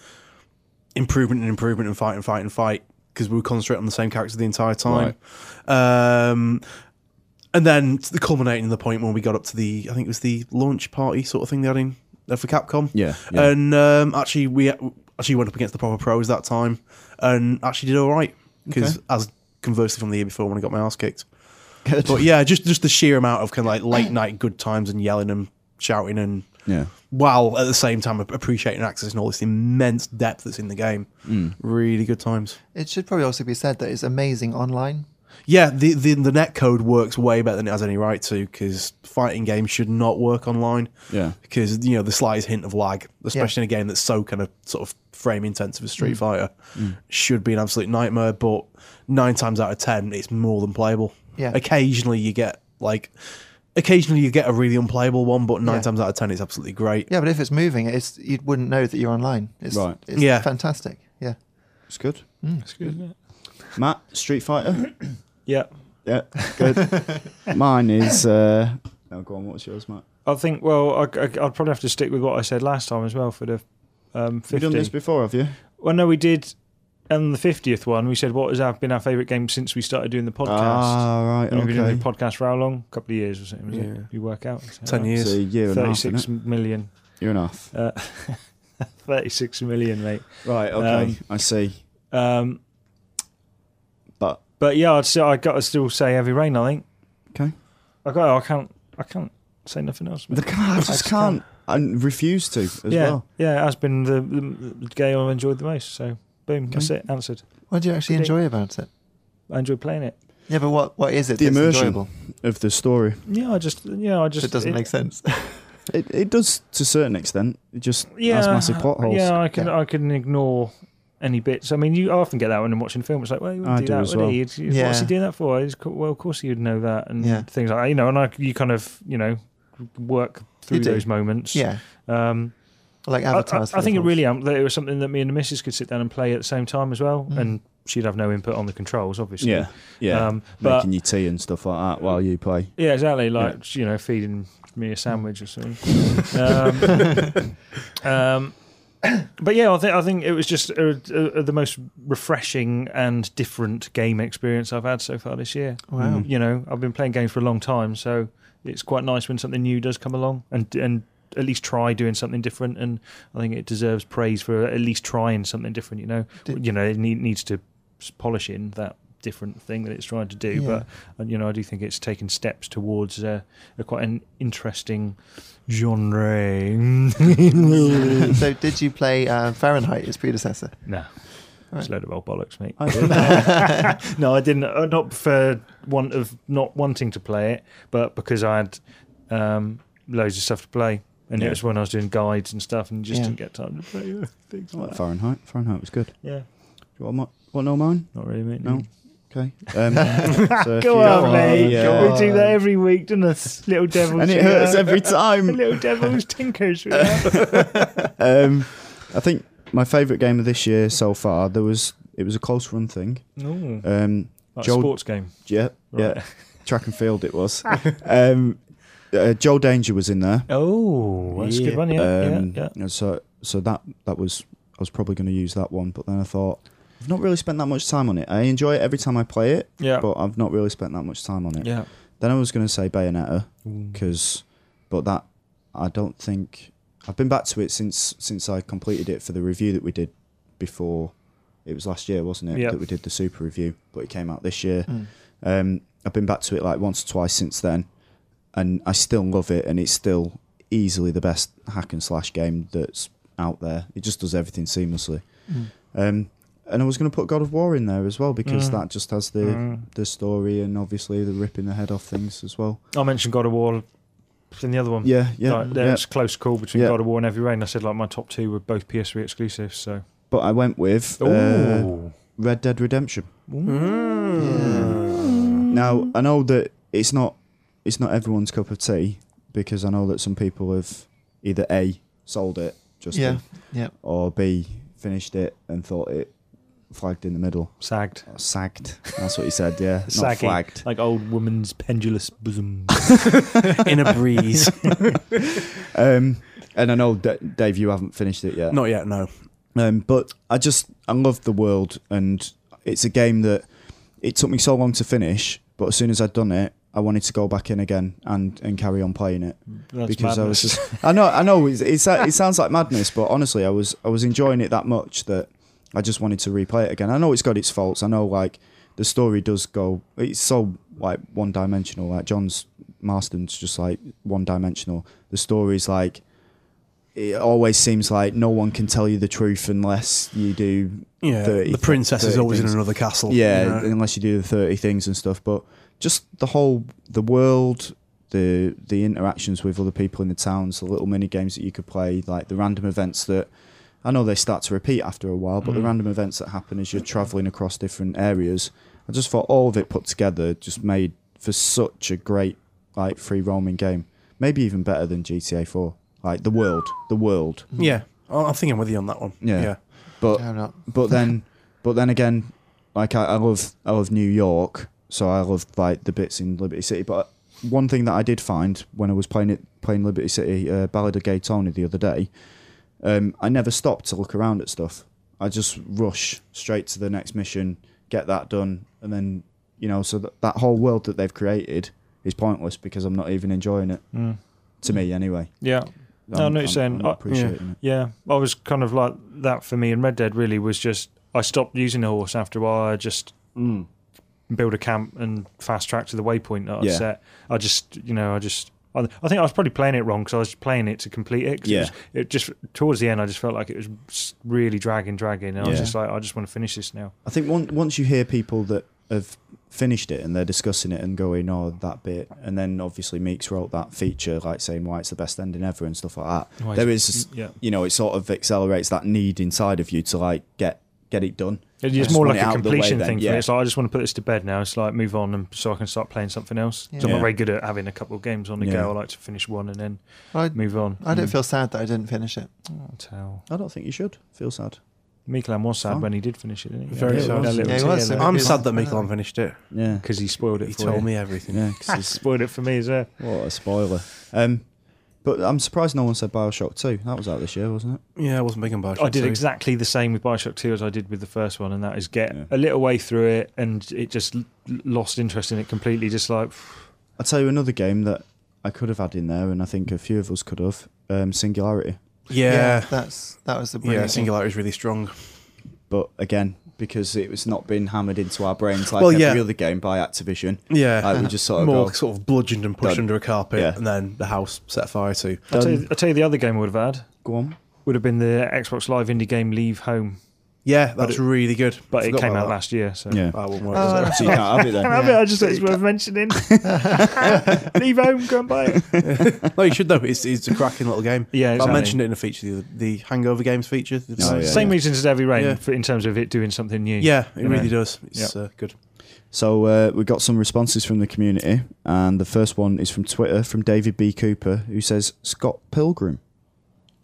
improvement and improvement and fight and fight and fight because we were concentrating on the same character the entire time. Um, and then to the culminating in the point when we got up to the, I think it was the launch party sort of thing they had in uh, for Capcom. Yeah, yeah. And um, actually, we actually went up against the proper pros that time and actually did all right because as conversely from the year before when I got my ass kicked. Good. But yeah, just just the sheer amount of kind of like late night good times and yelling and shouting and Yeah. while at the same time appreciating access and all this immense depth that's in the game. Mm. Really good times. It should probably also be said that it's amazing online. Yeah, the, the the net code works way better than it has any right to because fighting games should not work online. Yeah. Because you know the slightest hint of lag, especially in a game that's so kind of sort of frame intensive as Mm. Street Fighter, should be an absolute nightmare. But nine times out of ten, it's more than playable. Yeah. Occasionally you get like, occasionally you get a really unplayable one, but nine Yeah. times out of ten, it's absolutely great. Yeah, but if it's moving, it's you wouldn't know that you're online. It's, Right. it's Yeah. fantastic. Yeah. It's good. That's good. Isn't it? Matt, Street Fighter. Yeah. yeah. Good. Mine is. Uh, no, go on. What's yours, Matt? I think. Well, I, I, I'd probably have to stick with what I said last time as well for the um, You've fifty. done this before, have you? Well, no, we did. On the fiftieth one, we said what has our- been our favourite game since we started doing the podcast. Ah, right. And We've been doing Okay. the podcast for how long? A couple of years or something. Was Yeah. it? You work out. It's Ten years. a year and a half. isn't Thirty-six million. it? Year and a half. Uh, Thirty-six million, mate. Right. Okay. Um, I see. Um, But but yeah, I'd say I got to still say heavy rain. I think. okay. I got. I can't. I can't say nothing else. Mate. The, I just can't. I refuse to as yeah, well. yeah, it has been the, the, the game I've enjoyed the most. So boom, that's it. Answered. What do you actually Good enjoy about it? I enjoyed playing it. Yeah, but what, what is it The that's immersion. enjoyable? Of the story, Yeah, I just. Yeah, I just. It doesn't make sense. it, it does to a certain extent. It just Yeah, has massive plot holes. Yeah, I can. Yeah. I can ignore. Any bits? I mean, you often get that when I'm watching film. It's like, well, you wouldn't I do, do that, as would well. he? You'd- you'd- Yeah. What's he doing that for? He's co- well, of course you'd know that, and Yeah. things like that. You know, and I, you kind of, you know, work through do. those moments. yeah. Um, Like I- I, avatars. I think it really um, that it was something that me and the missus could sit down and play at the same time as well, and she'd have no input on the controls, obviously. yeah, yeah. Um, but Making you tea and stuff like that while you play. yeah, exactly. Like you know, feeding me a sandwich or something. um, um, but yeah, I think I think it was just uh uh the most refreshing and different game experience I've had so far this year. Wow. You know, I've been playing games for a long time, so it's quite nice when something new does come along and and at least try doing something different. And I think it deserves praise for at least trying something different. You know, Did- you know, it need, needs to s- polish in that different thing that it's trying to do. Yeah. But and, you know, I do think it's taken steps towards uh, a quite an interesting genre. no, Mm. so did you play uh, Fahrenheit, its predecessor? it's Right. a load of old bollocks, mate. I did that. no, I didn't. uh, Not for want of not wanting to play it, but because I had um, loads of stuff to play, and Yeah. it was when I was doing guides and stuff, and just Yeah. didn't get time to play uh, I like things like that. Fahrenheit. Fahrenheit was good. Do Yeah, you want my, want no mine? not really, mate. No. Okay. Um, so if Go you- on, mate. Yeah. Go We do that every week, don't us? Little devils. And it you hurts know. every time. Little devils tinkers. you know. Um, I think my favourite game of this year so far. There was it was a close run thing. Ooh, Um, like Joel- a sports game. yeah, Right. yeah. Track and field it was. um, uh, Joel Danger was in there. Oh, that's a Yeah. good one. Yeah, Um, yeah, yeah. and So so that that was I was probably going to use that one, but then I thought I've not really spent that much time on it. I enjoy it every time I play it, Yeah. but I've not really spent that much time on it. yeah. Then I was going to say Bayonetta because, but that I don't think I've been back to it since since I completed it for the review that we did before. It was last year, wasn't it? Yeah. That we did the super review, but it came out this year. Mm. Um, I've been back to it like once or twice since then, and I still love it, and it's still easily the best hack and slash game that's out there. It just does everything seamlessly. Mm. Um, and I was going to put God of War in there as well because Mm. that just has the Mm. the story and obviously the ripping the head off things as well. I mentioned God of War in the other one. Yeah, yeah, Like, yeah. there's close call between Yeah. God of War and Heavy Rain. I said like my top two were both PS3 exclusives. So But I went with uh, Ooh. Red Dead Redemption. Mm. Now I know that it's not it's not everyone's cup of tea because I know that some people have either a sold it just Yeah, yeah. or b finished it and thought it flagged in the middle. sagged. Or sagged. That's what he said. Yeah, not Sagging. flagged. Like old woman's pendulous bosom. in a breeze. Um, and I know D- Dave, you haven't finished it yet. Not yet, no. Um, but I just I love the world, and it's a game that it took me so long to finish. But as soon as I'd done it, I wanted to go back in again and and carry on playing it. That's Because I was madness. I know, I know, it's, it's, it sounds like madness, but honestly, I was I was enjoying it that much that I just wanted to replay it again. I know it's got its faults. I know like the story does go. It's so like one dimensional. Like John's Marston's just like one dimensional. The story's like it always seems like no one can tell you the truth unless you do Yeah, 30 the princess is 30 always things. in another castle. yeah, you know. unless you do the thirty things and stuff. But just the whole the world, the the interactions with other people in the towns, the little mini games that you could play, like the random events that I know they start to repeat after a while, but the Mm. random events that happen as you're traveling across different areas. I just thought all of it put together just made for such a great like free roaming game. Maybe even better than GTA Four. Like the world, the world. yeah. I I think I'm with you on that one. Yeah. yeah. But No, not. but then but then again like I, I love i love new york so i love like the bits in liberty city but one thing that i did find when i was playing it playing liberty city uh, ballad of gay tony the other day um, i never stopped to look around at stuff i just rush straight to the next mission get that done and then you know so that, that whole world that they've created is pointless because i'm not even enjoying it Mm. to me anyway Yeah. No, I know what you're saying. I'm I- not appreciating it Yeah, I was kind of like that for me. And Red Dead really was just I stopped using the horse after a while. I just build a camp and fast track to the waypoint that I would Yeah. set. I just you know I just I, I think I was probably playing it wrong because I was playing it to complete it. 'cause Yeah. It, was, it just towards the end I just felt like it was s- really dragging, dragging, and I was Yeah. just like I just want to finish this now. I think once once you hear people that have finished it and they're discussing it and going, "Oh, that bit," and then obviously Meeks wrote that feature, like saying why it's the best ending ever and stuff like that. Why there it's- is, yeah. you know, it sort of accelerates that need inside of you to like get get it done. It's I just more want like it a out of the way completion then, thing for yeah. me. It's like I just want to put this to bed now. It's like move on and so I can start playing something else. 'Cause I'm Yeah. not very good at having a couple of games on the Yeah. go. I like to finish one and then I, move on. I don't Mm. feel sad that I didn't finish it. Oh, towel. I don't think you should feel sad. Milan was sad Fun. when he did finish it, didn't he? Very sad. Yeah, he was. I'm It's- sad that Mikel finished it. Yeah, because he spoiled it He for told you. me everything. yeah, 'cause He it's- spoiled it for me as well. what a spoiler. Um, but I'm surprised no one said Bioshock Two. That was out this year, wasn't it? Yeah, I wasn't big on Bioshock. I did two. exactly the same with Bioshock 2 as I did with the first one, and that is get Yeah. a little way through it and it just l- lost interest in it completely. Just like, I'll tell you another game that I could have had in there, and I think a few of us could have. Um, Singularity. Yeah, that's that was the yeah. brilliant thing. Singularity is really strong. but again, because it was not been hammered into our brains like Well, every yeah. other game by Activision, Yeah, like we just sort of more go, sort of bludgeoned and pushed Done. under a carpet, Yeah. and then the house set fire to. I'll tell, Done. you, I'll tell you the other game I would have had go on. would have been the Xbox Live indie game Leave Home, Yeah, that's it- really good. but Forgot it came out about that. Uh, last year. So. Yeah. I won't worry. Oh, So you can't have it I then. love it, I just thought it's worth mentioning. Leave home, go and buy it. no, you should know it's, it's a cracking little game. Yeah, I exactly. mentioned it in a feature, the, other- the Hangover Games feature. Oh, yeah. Same reasons as Heavy Rain Yeah. for, in terms of it doing something new. Yeah, it You really know. does. It's uh, good. So uh, we got some responses from the community, and the first one is from Twitter from David B Cooper, who says Scott Pilgrim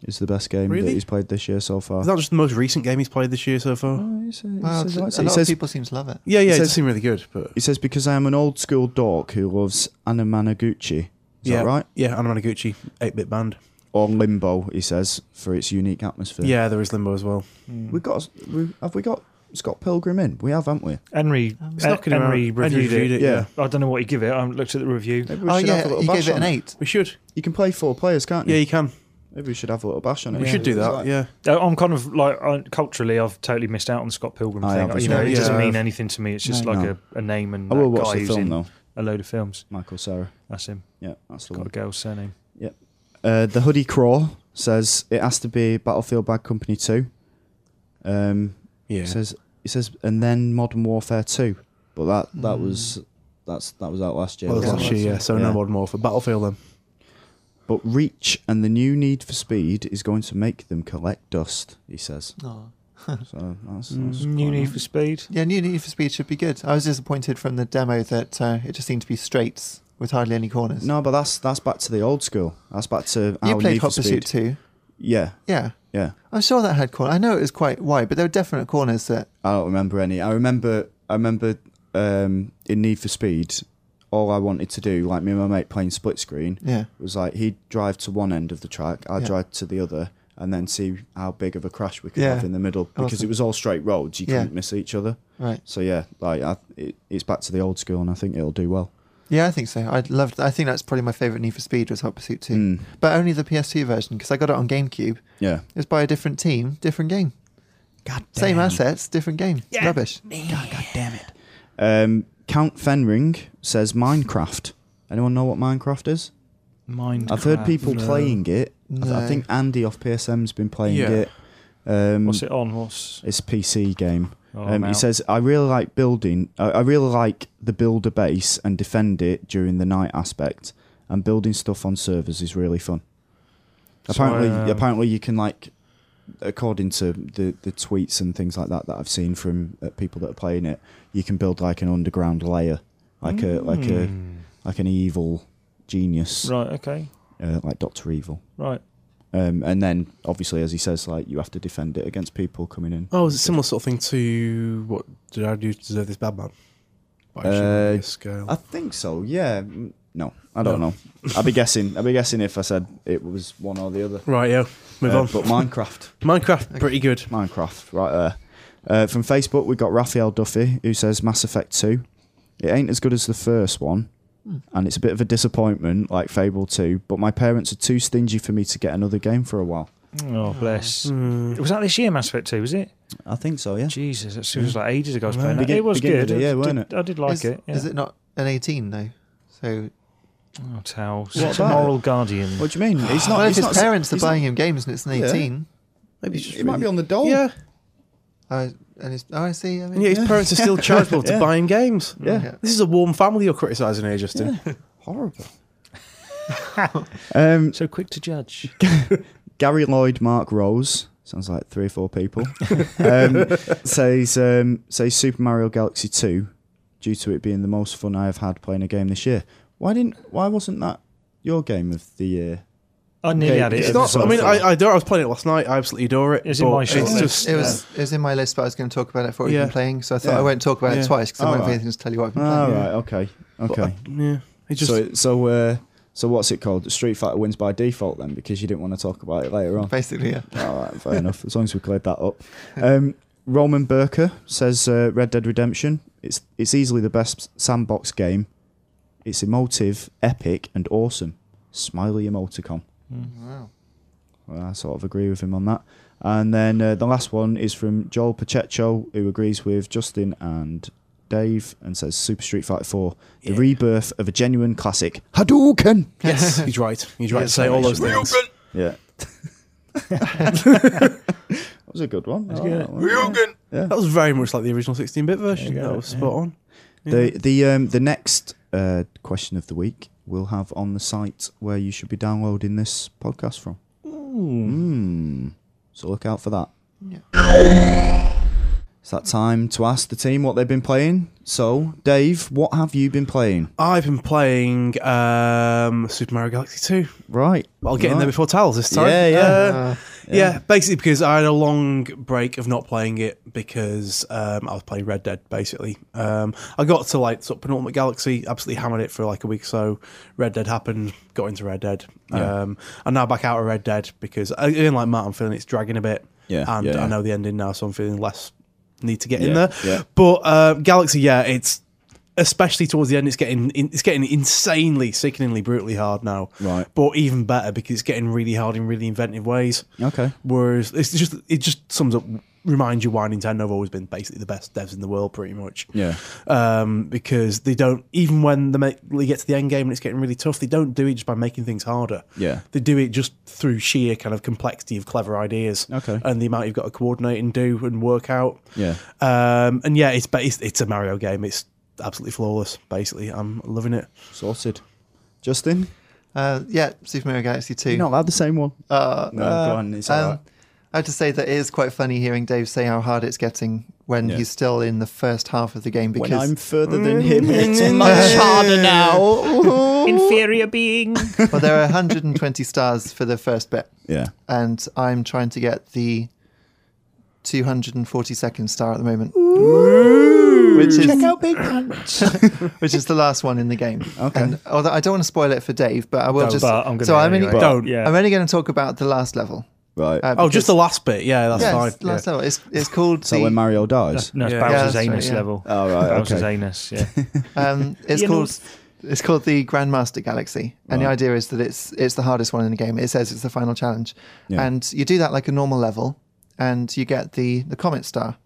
is the best game that Really? he's played this year so far. Is that just the most recent game he's played this year so far? Oh, he sa- he Well, says a like- lot he of says- people seem to love it. Yeah, yeah, it, says- seemed really good. But he says because I am an old school dork who loves Anamanaguchi. Is yeah, that right? Yeah, Anamanaguchi, eight bit band. or Limbo, he says, for its unique atmosphere. Yeah, there is Limbo as well. we got. We, have we got Scott Pilgrim in? We have, haven't we? Henry, Um, It's uh, not gonna Henry happen. reviewed Henry it. reviewed it, yeah. I don't know what he give it. I haven't looked at the review. Maybe we Oh should have a yeah, little you bash gave it on an eight. We should. You can play four players, can't you? Yeah, you can. Maybe we should have a little bash on it. We should do It's that. like- yeah. Uh, I'm kind of like I, culturally, I've totally missed out on Scott Pilgrim I thing. have as you know, well. it doesn't Yeah. mean anything to me. It's just No. like No. a, a name and I will that watch guy the who's film in though. a load of films. Michael Sarah. That's him. Yeah, that's the Got a one. girl's surname. Uh, the hoodie craw says it has to be Battlefield Bad Company Two. Um, Yeah. It says it says and then Modern Warfare Two, but that that was that's that was out last year. Well, wasn't that's it? last year, yeah. So Yeah. no Modern Warfare. Battlefield then. But Reach and the new Need for Speed is going to make them collect dust. He says. Oh. So that's, that's Mm, New quite Need nice. for Speed. Yeah, new Need for Speed should be good. I was disappointed from the demo that uh, it just seemed to be straights with hardly any corners. No, but that's that's back to the old school. That's back to you how played Need Hot for Speed. Pursuit too. Yeah, Yeah, yeah. I'm sure that had corners. I know it was quite wide, but there were definite corners that. I don't remember any. I remember I remember um, in Need for Speed, all I wanted to do, like me and my mate playing split screen, Yeah, was like he'd drive to one end of the track, I'd Yeah. drive to the other, and then see how big of a crash we could Yeah. have in the middle because Awesome. it was all straight roads. You Yeah. couldn't miss each other. right. So yeah, like I, it, it's back to the old school, and I think it'll do well. Yeah, I think so. I loved. I think that's probably my favorite Need for Speed was Hot Pursuit 2, Mm. but only the PS2 version because I got it on GameCube. It Yeah. was by a different team, different game, God same assets, different game. Rubbish. God, God damn it. Um, Count Fenring says Minecraft. Anyone know what Minecraft is? Minecraft. I've heard people No. playing it. I, th- I No. think Andy off PSM's been playing Yeah. it. Um, What's it on? What's It's a PC game. Oh, um, I'm he out. says, "I really like building. I I really like the build a base and defend it during the night aspect, and building stuff on servers is really fun." So, Apparently, um, apparently you can like, according to the the tweets and things like that that I've seen from uh, people that are playing it, you can build like an underground layer, like a like a Hmm. like an evil genius, right? Okay, uh, like Doctor Evil. right. Um, and then, obviously, as he says, like you have to defend it against people coming in. Oh, is it similar sort of thing to what did I do to deserve this bad man? By a Uh, serious scale. I think so. Yeah. Mm, No, I don't No. know. I'd be guessing. I'd be guessing if I said it was one or the other. right, yeah. Move Uh, on. But Minecraft, Minecraft, pretty good. Minecraft, right there. Uh, from Facebook, we got Raphael Duffy who says Mass Effect Two. It ain't as good as the first one, and it's a bit of a disappointment, like Fable Two. But my parents are too stingy for me to get another game for a while. Oh bless. Mm. Was that this year, Mass Effect Two? Was it? I think so. Hmm. Yeah. Jesus, that seems like ages ago. I was Yeah. playing that. Begin- It was beginning good. of the year, I weren't did- I did like is, it. Yeah. is it not an 18 though? So Oh, Tal, What such a about moral guardian. What do you mean? It's not. well, if it's not- his parents are it's not- buying him games and it's an Yeah. 18, Maybe it's just It might be really- on the doll. Yeah. uh, and his, oh, I see. I mean, And yet his parents are still chargeable to Yeah. buying games. Mm. Yeah. Yeah. This is a warm family you're criticising here, Justin. Horrible. um, So quick to judge. Gary Lloyd, Mark Rose, sounds like three or four people, um, says um, says Super Mario Galaxy Two, due to it being the most fun I have had playing a game this year. Why didn't? Why wasn't that your game of the year? I nearly Okay, had it. it's at It's the sort not. I mean, of- I, I don't. I was playing it last night. I absolutely adore it. It's in but my It's shortlist. just. it was it was in my list, but I was going to talk about it before Yeah. even playing. So I thought Yeah. I won't talk about Yeah. it twice because I won't have Alright. anything to tell you what Oh, I've been playing. right. Okay. but, Okay. uh, yeah. It just. so so uh, so what's it called? Street Fighter wins by default then, because you didn't want to talk about it later on. Basically, yeah. All right, fair enough. As long as we cleared that up. Um, Roman Burker says uh, Red Dead Redemption. It's it's easily the best sandbox game. It's emotive, epic, and awesome. Smiley emoticon. Wow. Well, I sort of agree with him on that. And then uh, the last one is from Joel Pacheco, who agrees with Justin and Dave, and says Super Street Fighter 4, the Yeah. rebirth of a genuine classic. Hadouken. yes, he's right. He's right. to Yes, say all those things. Yeah. that was a good one. I like that one. That was very much like the original 16-bit version. Yeah. That was spot on. The the um the next uh, question of the week we'll have on the site where you should be downloading this podcast from. Mm. So look out for that. It's that time to ask the team what they've been playing. So, Dave, what have you been playing? I've been playing um, Super Mario Galaxy 2. Right. I'll get in there Right. before Towels this time. Yeah, yeah. Uh, Yeah. basically because I had a long break of not playing it because um, I was playing Red Dead. Basically, um, I got to like sort of penultimate galaxy, absolutely hammered it for like a week. or So Red Dead happened, got into Red Dead, um, and now back out of Red Dead because again, like Matt, I'm feeling it's dragging a bit. Yeah, and yeah, yeah. I know the ending now, so I'm feeling less need to get in Yeah, there. yeah. But uh, Galaxy, yeah, it's especially towards the end, it's getting it's getting insanely, sickeningly, brutally hard now. Right. But even better because it's getting really hard in really inventive ways. Okay. Whereas it's just it just sums up reminds you why Nintendo have always been basically the best devs in the world, pretty much. Yeah. Um, because they don't even when they, make, they get to the end game and it's getting really tough, they don't do it just by making things harder. Yeah. They do it just through sheer kind of complexity of clever ideas. Okay. And the amount you've got to coordinate and do and work out. Yeah. Um, and yeah, it's, ba- it's it's a Mario game. It's absolutely flawless. Basically, I'm loving it. Sorted. Justin, Uh, yeah, Super Mario Galaxy 2. you're not allowed the same one. Uh, No, uh, go on. It's um, all right. I have to say that it is quite funny hearing Dave say how hard it's getting when Yeah. he's still in the first half of the game When I'm because further than him, it's Much much. harder now. Inferior being. well, there are 120 stars for the first bit, Yeah. and I'm trying to get the 242nd star at the moment, which is Big Punch. which is the last one in the game. Okay. And although I don't want to spoil it for Dave, but I will Don't. just But I'm gonna so I'm only, anyway. Don't. Yeah. I'm only going to talk about the last level. Right. uh, Oh, because- just the last bit. Yeah, that's yeah, fine. it's the last yeah. level. It's it's called so the, when Mario dies. No, it's Yeah. Yeah, Bowser's that's right, anus yeah. level. Oh, right, Bowser's okay. anus. Yeah. um, it's You know, called it's called the Grandmaster Galaxy, and the Right. idea is that it's it's the hardest one in the game. It says it's the final challenge, Yeah. and you do that like a normal level, and you get the the comet star.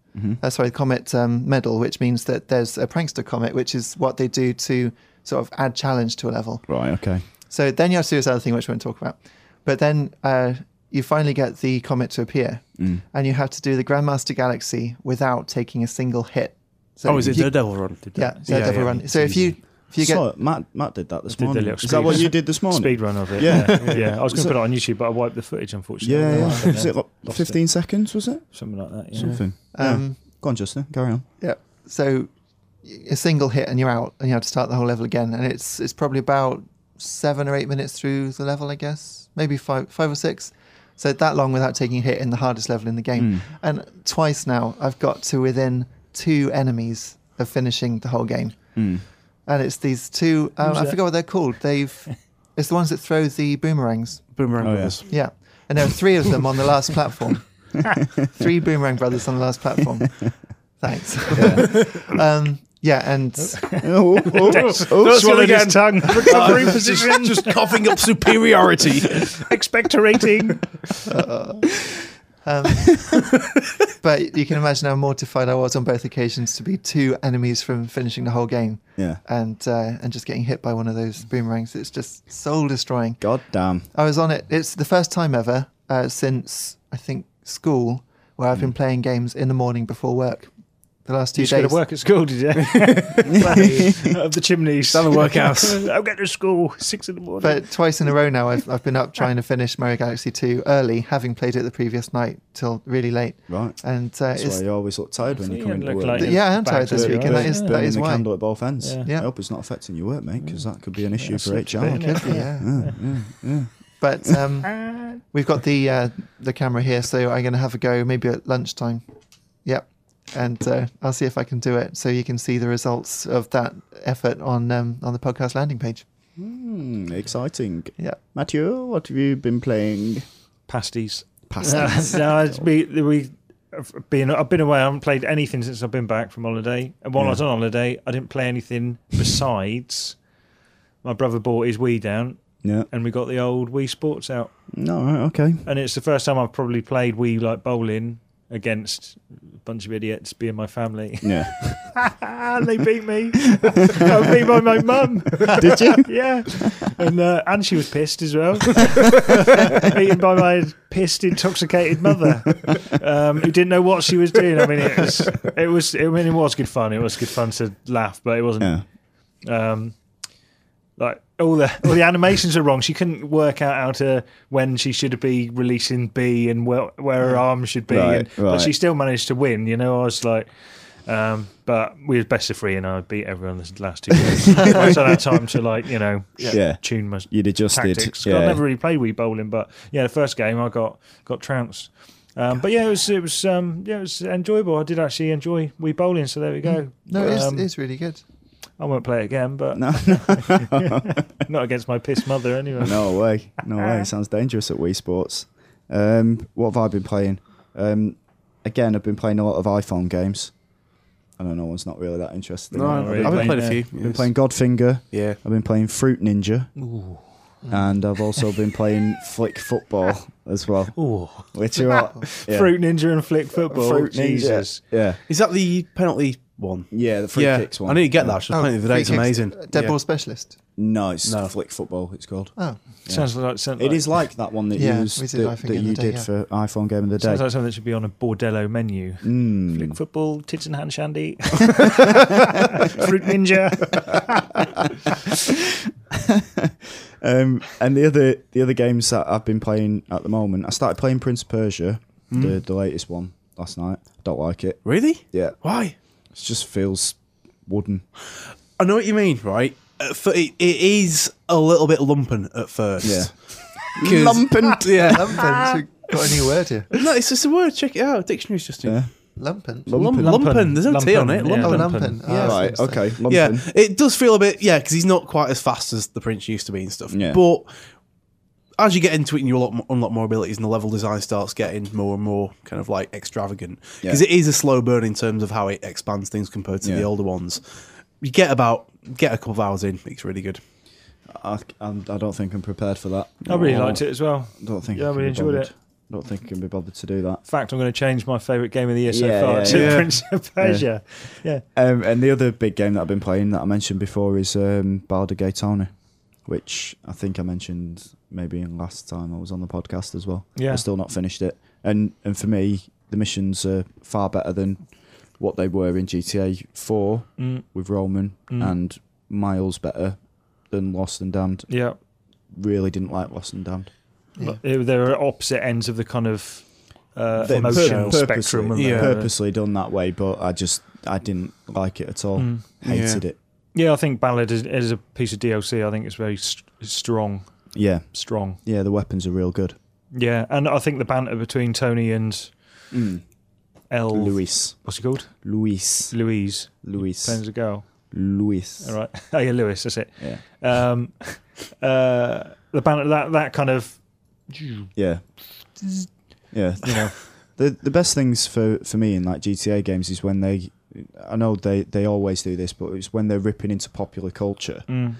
Uh, sorry, the comet um, medal, which means that there's a prankster comet, which is what they do to sort of add challenge to a level. Right. Okay. So then you have to do this other thing, which we won't talk about. But then uh, you finally get the comet to appear, Mm. and you have to do the Grandmaster Galaxy without taking a single hit. So Oh, is it you- Daredevil Run? yeah, so Devil Run. So if you if you get so Matt Matt did that this did the morning. little Is that what speed- you did this morning? Speed run of it. Yeah. Yeah. yeah. I was going to put it on YouTube, but I wiped the footage, unfortunately. Yeah. yeah. Otherwise, I'd Is it like lost 15 seconds? Was it Something like that. Yeah. something? yeah. um, Go on, Justin. Carry on. yeah. so a single hit and you're out, and you have to start the whole level again. And it's it's probably about seven or eight minutes through the level, I guess, maybe five five or six. So that long without taking a hit in the hardest level in the game. And twice now, I've got to within two enemies of finishing the whole game. And it's these two. Um, I that? forgot what they're called. They've it's the ones that throw the boomerangs. Boomerang Oh, yeah. Brothers. Yeah. And there were three of them on the last platform. three Boomerang Brothers on the last platform. Thanks. Yeah. um, yeah, and oh, oh, oh, oh, Swallowed his tongue. Recovery position. just coughing up superiority. Expectorating. um, but you can imagine how mortified I was on both occasions to be two enemies from finishing the whole game Yeah. and uh, and just getting hit by one of those boomerangs. It's just soul destroying. God damn. I was on it. It's the first time ever uh, since I think school where I've been playing games in the morning before work. The last two Hmm. You should days. to work at school, did you? Up the chimneys. Down the workhouse. I'll get to school six in the morning. but twice in a row now, I've, I've been up trying to finish Mario Galaxy 2 early, having played it the previous night till really late. Right. And uh, That's it's, why you always look tired when So you you come don't into look work. like mate. you're yeah, I am tired battered, this Burn- week, and that burn- is burning that is the why. candle at both ends. Yeah. Yeah. I hope it's not affecting your work, mate, because that could be an issue for that's HR. a bit- Could be, yeah. Yeah, yeah, yeah. But um, we've got the uh, the camera here, so I'm going to have a go maybe at lunchtime. Yep. And uh, I'll see if I can do it, so you can see the results of that effort on um, on the podcast landing page. Hmm, exciting. Yeah. Mathieu, what have you been playing? pasties. Pasties. no, it's be, we, I've been, I've been away. I haven't played anything since I've been back from holiday. And while I was on holiday, I didn't play anything besides my brother bought his Wii down Yeah. and we got the old Wii Sports out. No, right, okay. And it's the first time I've probably played Wii like bowling against a bunch of idiots being my family. Yeah. Ah, they beat me. I was beat by my mum. Did you? yeah. And uh, and she was pissed as well. Beaten by my pissed, intoxicated mother, um, who didn't know what she was doing. I mean, it was, it was. I mean, it was good fun. It was good fun to laugh, but it wasn't. Yeah. Um, like all the all the animations are wrong. She couldn't work out how to when she should be releasing B and where where her arm should be. Right, and, But she right. still managed to win. You know, I was like, Um, but we was best of three, and I beat everyone the last two years. Once I had time to like you know Yeah. tune my You'd adjusted. tactics. 'Cause I Yeah. never really played Wii bowling, but yeah, the first game I got got trounced. Um, but yeah, it was it was um, yeah it was enjoyable. I did actually enjoy Wii bowling, so there we Mm. go. No, it is, Um, it is really good. I won't play it again, but No, no, not against my pissed mother anyway. no way. No Uh-huh. way. Sounds dangerous at Wii Sports. Um, what have I been playing? Um, again, I've been playing a lot of iPhone games. I don't know, one's not really that interesting. No, I've I've been been- I've been playing playing there. a few. I've been playing Godfinger. Yeah. I've been playing Fruit Ninja. And I've also been playing Flick Football as well. Ooh. Which are all- yeah. Fruit Ninja and Flick Football. Fruit Ninja. Jesus. Yeah. Is that the penalty one? Yeah, the free yeah, kicks one. I need to get that. I was just playing it the other day. Oh, free It's kicks, amazing. uh, Dead yeah. ball specialist. No, it's No. Flick Football, it's called. Oh, Sounds like, sounds It like is like that one that Yeah, you, used, we did, I that, think, that the you other day, did yeah. for iPhone Game of the Day. sounds like something that should be on a bordello menu. Mm. Flick Football, Tits and Hand Shandy, Fruit Ninja. Um, and the other the other games that I've been playing at the moment, I started playing Prince of Persia, Hmm. the, the latest one last night. Don't like it. Really? Yeah, Why? it just feels wooden. I know what you mean, right? At fir- it, it is a little bit lumpen at first. Yeah, 'Cause- lumpen. Yeah. lumpen. got a new word here. no, it's just a word. Check it out. Dictionary's just in. Yeah. Lumpen. Lumpen. Lumpen. There's no T on it. yeah, Lumpen. Oh, lumpen. Ah, I right. was gonna say. Okay. Lumpen. Yeah, it does feel a bit, yeah, because he's not quite as fast as the Prince used to be and stuff. Yeah. But as you get into it and you unlock, mo- unlock more abilities and the level design starts getting more and more kind of like extravagant, because Yeah. it is a slow burn in terms of how it expands things compared to Yeah. the older ones. You get about, get a couple of hours in, it's really good. I, I'm, I don't think I'm prepared for that. I really Oh. No, liked it as well. I Oh. don't think. Yeah, I can really be enjoyed bothered. it. I don't think I can be bothered to do that. In fact, I'm going to change my favourite game of the year so Yeah, far yeah, to yeah. Prince of Persia. Yeah. Um, and the other big game that I've been playing that I mentioned before is um, Baldur Gate Tony, which I think I mentioned maybe in last time I was on the podcast as well. Yeah. I've still not finished it. And and for me, the missions are far better than what they were in GTA 4 Mm, with Roman Mm. and miles better than Lost and Damned. yeah. Really didn't like Lost and Damned. Yeah. It- They're at opposite ends of the kind of uh, They emotional pur- spectrum. purposely, aren't they? purposely done that way, but I just I didn't like it at all. Mm. Hated it. Yeah, I think Ballad is, is a piece of DLC. I think it's very st- strong, Yeah, strong. yeah. The weapons are real good. Yeah, and I think the banter between Tony and Mm. L. Luis. What's he called? Luis. Louise. Luis. Playing as a girl. Luis. All right. Oh yeah, Lewis. That's it. Yeah. Um, uh, the banter that that kind of Yeah. Yeah. you know The the best things for, for me in like GTA games is when they I know they, they always do this, but it's when they're ripping into popular culture. mm,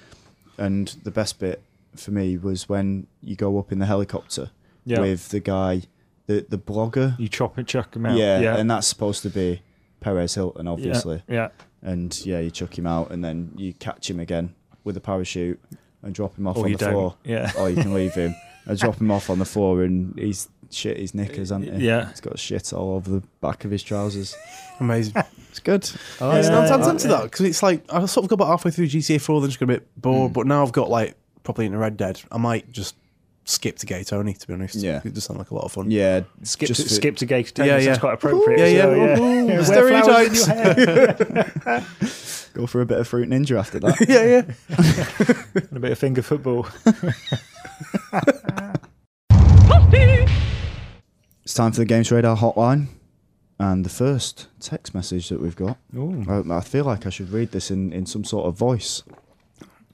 And the best bit for me was when you go up in the helicopter yeah with the guy the the blogger. you chop and chuck him out. yeah, yeah, and that's supposed to be Perez Hilton obviously. yeah. and yeah, you chuck him out, and then you catch him again with a parachute and drop him off Or on you the floor, don't. Yeah, or you can leave him and drop him off on the floor, and he's shit his knickers, hasn't he? Uh, Yeah. he's got shit all over the back of his trousers. Amazing. It's good. I like it's it. yeah, not yeah. time to that because it's like I sort of got about halfway through GTA 4, then just got a bit Mm. bored. But now I've got like probably into Red Dead. I might just skip to Gay Tony to be honest. Yeah. it does sound like a lot of fun. yeah, skip just to, for- skip to gay Yeah, tennis. yeah. That's quite appropriate. Yeah, as yeah. well, Ooh, ooh, yeah. Wear flowers in stereotypes. your hair. Go for a bit of fruit ninja after that. yeah, yeah. and a bit of finger football. it's time for the Games Radar hotline, and the first text message that we've got. Ooh. I, I feel like I should read this in, in some sort of voice.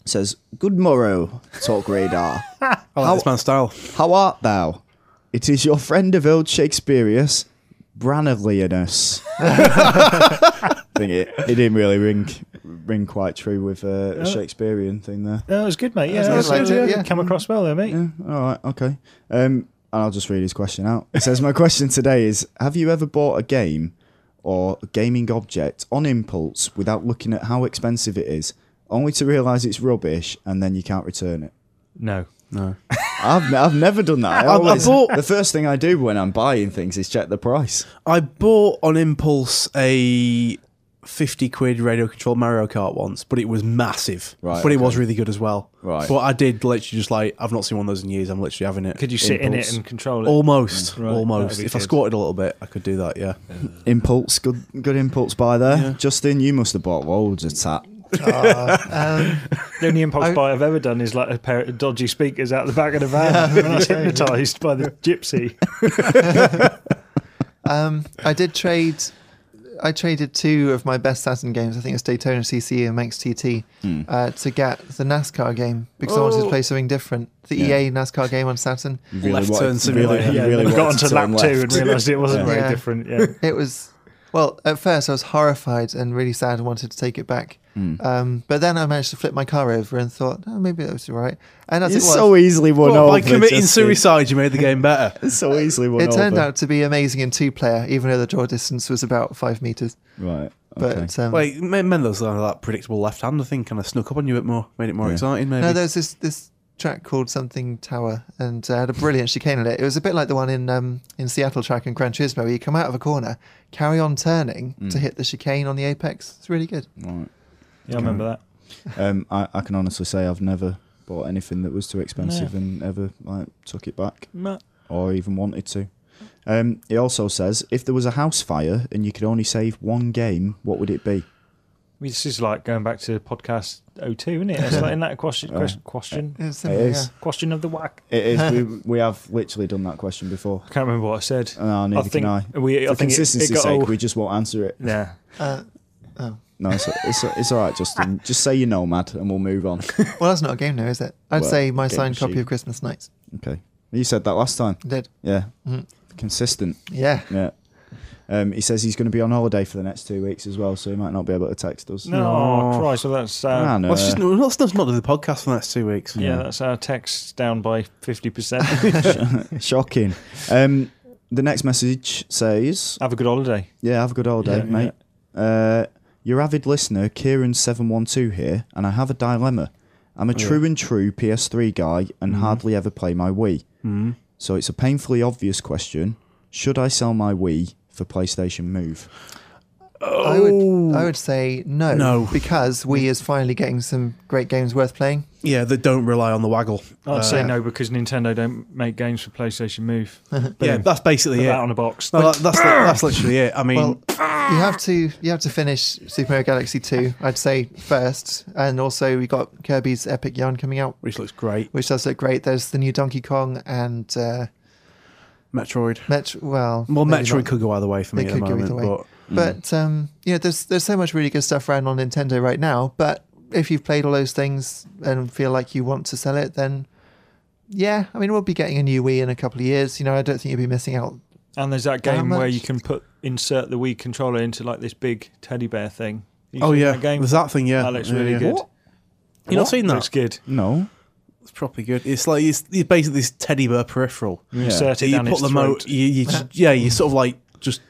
It says, "Good morrow, Talk Radar." I like How- this man's style. How art thou? It is your friend of old Shakespeareus, Branalianus. I think it, it didn't really ring ring quite true with uh, the Shakespearean thing there. No, it was good, mate. Yeah, that was That's good. good, Yeah. yeah. Come across well there, mate. Yeah, all right, okay. Um, and I'll just read his question out. It says, My question today is Have you ever bought a game or a gaming object on impulse without looking at how expensive it is, only to realise it's rubbish and then you can't return it? No. No, I've, I've never done that. I I- I always, bought- the first thing I do when I'm buying things is check the price. I bought on impulse a 50 quid radio control Mario Kart once, but it was massive. Right, But it was okay. really good as well. Right. But I did literally just like, I've not seen one of those in years. I'm literally having it. Could you sit in it Impulse. and control it? Mm, Almost. Right, Almost. that'd be If I good. squatted a little bit, I could do that, yeah. Impulse, good, good impulse by there. Justin, you must have bought loads of tat. Ah, um, The only impulse I- buy I've ever done is like a pair of dodgy speakers out the back of the van when I was hypnotised by the gypsy. Um, I did trade. I traded two of my best Saturn games. I think it's Daytona CC and Max TT Hmm. uh, to get the NASCAR game because I wanted to play something different. The Oh. Yeah. Hmm. EA NASCAR game on Saturn. You really Left wanted- turn really- simulator. you Yeah, really then got wanted onto to lap turn two left. and realised it wasn't Yeah. very different. Yeah. It was well at first I was horrified and really sad and wanted to take it back. Hmm. Um, but then I managed to flip my car over and thought, oh, maybe that was all right. And as You're it was, so easily won Well, over. by committing Justin. suicide, you made the game better. So easily won it turned over. out to be amazing in two player, even though the draw distance was about five meters. Right. But okay. um, Like, meant those that predictable left hand, I think, kind of snuck up on you a bit more, made it more Yeah. exciting, maybe. No, there was this this track called something Tower, and uh, had a brilliant chicane on it. It was a bit like the one in um, in Seattle track in Gran Turismo, where you come out of a corner, carry on turning to hit the chicane on the apex. It's really good. Right. Yeah, I remember that. Um, I, I can honestly say I've never bought anything that was too expensive and ever like took it back or even wanted to. Um, it also says if there was a house fire and you could only save one game, what would it be? I mean, this is like going back to podcast 02, isn't it? It's like in that question, question, question, It was It similar, is. question of the whack. It is. we, we have literally done that question before. I can't remember what I said. No, Oh, neither I think can I. we. I For think it- it, consistency's got sake, all- we just won't answer it. yeah. yeah. Uh, oh. No, it's, it's, it's all right, Justin. Just say you're nomad and we'll move on. Well, that's not a game now, is it? I'd Well, say my game signed copy machine. of Christmas Nights. Okay. You said that last time. Did Yeah. Consistent. yeah. Yeah. Um, he says he's going to be on holiday for the next two weeks as well, so he might not be able to text us. No, No. Christ, well, that's. Uh, Ah, no. Well, it's just, we're not, let's not do the podcast for the next two weeks. Yeah, that's our text down by 50%. Shocking. Um, the next message says, Have a good holiday. "Yeah, have a good holiday, Yeah, mate." Uh, your avid listener, Kieran seven one two here, and I have a dilemma. I'm a true and true PS3 guy and hardly ever play my Wii. Mhm. So it's a painfully obvious question: Should I sell my Wii for PlayStation Move? I would I would say no, No. because Wii is finally getting some great games worth playing. Yeah, that don't rely on the waggle. I'd say no because Nintendo don't make games for PlayStation Move. Boom. Yeah, that's basically Put it. that on a box. No, that, that's, that's literally it. I mean, Well, you have to you have to finish Super Mario Galaxy two, I'd say first, and also we got Kirby's Epic Yarn coming out, which looks great. which does look great. There's the new Donkey Kong and uh, Metroid. Metro. Well, Well, maybe Metroid not. could go either way for me It at the could go either moment. way. But um, you know, there's there's so much really good stuff around on Nintendo right now. But if you've played all those things and feel like you want to sell it, then yeah, I mean, we'll be getting a new Wii in a couple of years. You know, I don't think you'll be missing out. And there's that How game where much? you can put insert the Wii controller into like this big teddy bear thing. You But oh seen yeah, that game there's that thing. Yeah, that looks Yeah, really yeah. good. You not seen that? Looks good. No. It's properly good. It's like it's, it's basically this teddy bear peripheral. You Yeah. insert it you down put its the mo- throat. you, you just, yeah, you sort of like just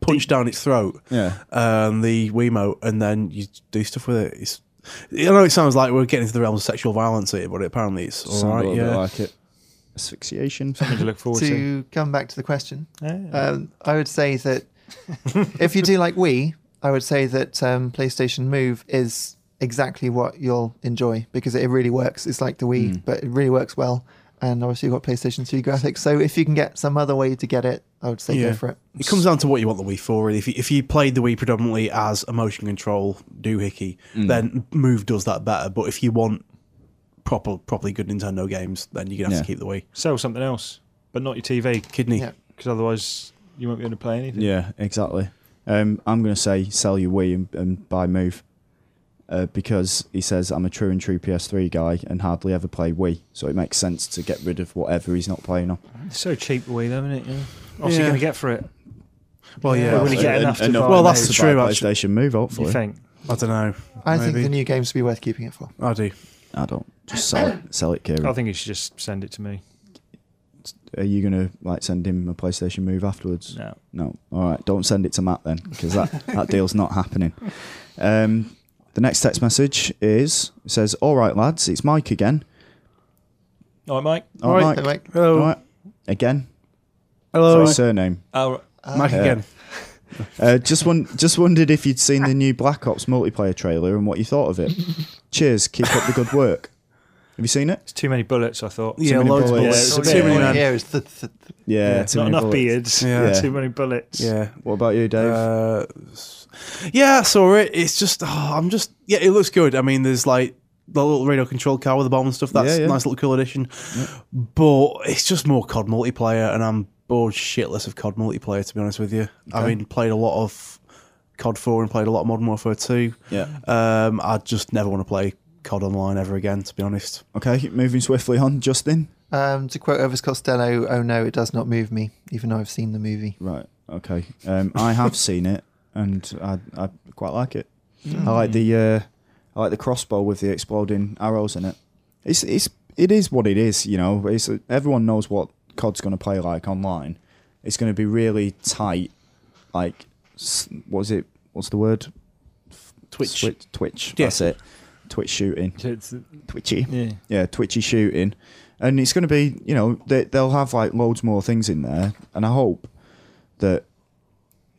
punch down its throat, Yeah. um, the Wiimote, and then you do stuff with it. It's, I know it sounds like we're getting into the realm of sexual violence here, but apparently it's all Sound right. a little yeah, bit like it. Asphyxiation. Something to look forward to. To come back to the question, Yeah. Um, I would say that if you do like Wii, I would say that um, PlayStation Move is exactly what you'll enjoy because it really works. It's like the Wii, but it really works well. And obviously, you've got PlayStation 3 graphics. So if you can get some other way to get it, I would say Yeah. go for it. It comes down to what you want the Wii for. Really. If you, if you played the Wii predominantly as a motion control doohickey, then Move does that better. But if you want proper, properly good Nintendo games, then you're gonna have Yeah. to keep the Wii. Sell something else, but not your TV Kidney. Yeah. because otherwise you won't be able to play anything. Yeah, exactly. Um, I'm going to say sell your Wii and, and buy Move uh, because he says I'm a true and true PS3 guy and hardly ever play Wii, so it makes sense to get rid of whatever he's not playing on. It's so cheap the Wii, though, isn't it? Yeah. What's Yeah. he going to get for it? Well, yeah, Well, when you that's- get Uh, enough to buy Well, a that's Move, the Buy a true. Actually, PlayStation Move, You hopefully. think? I don't know. I think Maybe. the new games would be worth keeping it for. I do. I don't. Just sell it, sell it, Kieran. I think you should just send it to me. Are you going to like send him a PlayStation Move afterwards? No. No. All right. Don't send it to Matt then, because that, that deal's not happening. Um, the next text message is it says, "All right, lads, it's Mike again. All right, Mike. All right, Hey, Mike. Mike. All Hello, right, again. hello, Sorry, surname. All right. Mike Yeah. again. Uh, just one, just wondered if you'd seen the new Black Ops multiplayer trailer and what you thought of it. Cheers, keep up the good work. Have you seen it? It's too many bullets, I thought. Yeah, many loads of bullets. bullets. Yeah, it's a Too bit- many yeah, men. it's the, the, Yeah, It's too not many enough bullets. beards. Yeah. Too many bullets. Yeah. What about you, Dave? Uh, s- yeah, I saw it. It's just, oh, I'm just, yeah, it looks good. I mean, there's like the little radio controlled car with the bomb and stuff. That's Yeah, yeah. a nice little cool addition. But it's just more COD multiplayer, and I'm bored shitless of COD multiplayer, to be honest with you. I mean, played a lot of COD 4 and played a lot of Modern Warfare 2. Yeah. Um, I just never want to play COD online ever again, to be honest. okay, moving swiftly on, Justin. um, to quote Elvis Costello, "Oh no, it does not move me," even though I've seen the movie. Right. Okay. Um, I have seen it, and I, I quite like it. I like the uh, I like the crossbow with the exploding arrows in it. It's it's it is what it is. You know, it's everyone knows what COD's going to play like online. It's going to be really tight. Like, s- what is it? What's the word? Twitch. Swi- Twitch. Yeah. That's it. Twitch shooting. It's, Twitchy yeah. yeah, twitchy shooting, and it's going to be you know they, they'll have like loads more things in there, and I hope that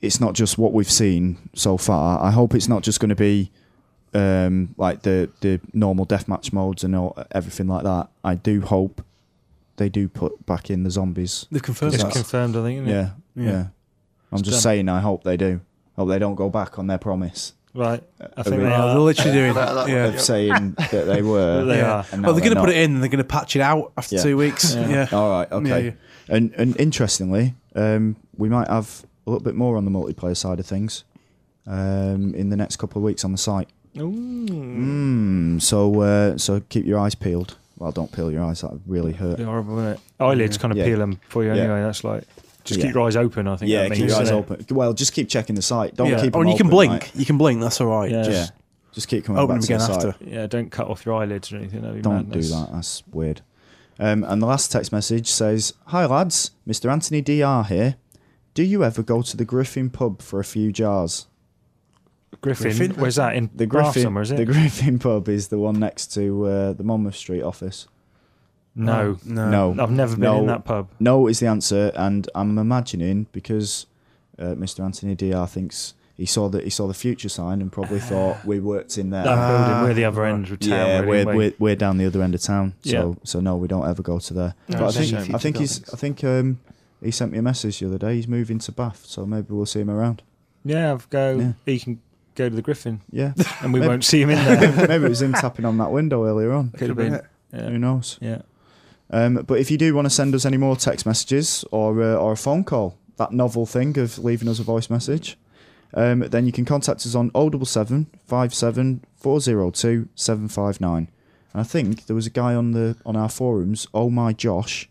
it's not just what we've seen so far. I hope it's not just going to be um, like the the normal deathmatch modes and all, everything like that. I do hope they do put back in the zombies. They've confirmed It's That's- that. confirmed, I think. Isn't It? Yeah, yeah. Yeah. I'm just done. saying, I hope they do. Hope they don't go back on their promise Right. I Are think we- they Yeah, are. they're literally doing That- that- yeah. of saying that they were. They Yeah. are. and now Well, they're going to not. put it in. and They're going to patch it out after Yeah. two weeks. Yeah. yeah. All right, okay. Yeah, yeah. And and interestingly, um, we might have a little bit more on the multiplayer side of things um, in the next couple of weeks on the site. Ooh. Mm, so uh, so keep your eyes peeled. Well, don't peel your eyes; that would really hurt. They're horrible, isn't it? Eyelids kind of Yeah. peel them for you Yeah. anyway. That's like just Yeah. keep your eyes open. I think. Yeah, that keep means, your eyes isn't it? open. Well, just keep checking the site. Don't yeah. keep. Or them you can open, blink. like- You can blink. That's all right. Yeah. yeah, just keep coming Open back them to again the site. after. Yeah, don't cut off your eyelids or anything. That'd be Don't madness. do that. That's weird. Um, and the last text message says, "Hi lads, Mr. Anthony Dr here. Do you ever go to the Griffin pub for a few jars?" Griffin, Griffin? where's that in The Bath Griffin, somewhere, is it? the Griffin pub is the one next to uh, the Monmouth Street office. Uh, no, No. no, I've never been No. in that pub. no is the answer, and I'm imagining because uh, Mr. Anthony Dr thinks he saw that he saw the future sign and probably thought we worked in there. That building, we're the other end of town. yeah, really, we're, aren't we? we're we're down the other end of town, so Yeah. so no, we don't ever go to there. No, but I it's a think shame. I think he's I think um, he sent me a message the other day. He's moving to Bath, so maybe we'll see him around. yeah. I've go. Yeah. He can go to the Griffin, Yeah, and we Maybe- won't see him in there. maybe it was him tapping on that window earlier on. Could have be been. it. Yeah. Who knows? yeah. Um, but if you do want to send us any more text messages or uh, or a phone call, that novel thing of leaving us a voice message, um, then you can contact us on 077 57 402 759. And I think there was a guy on the on our forums, Oh My Josh,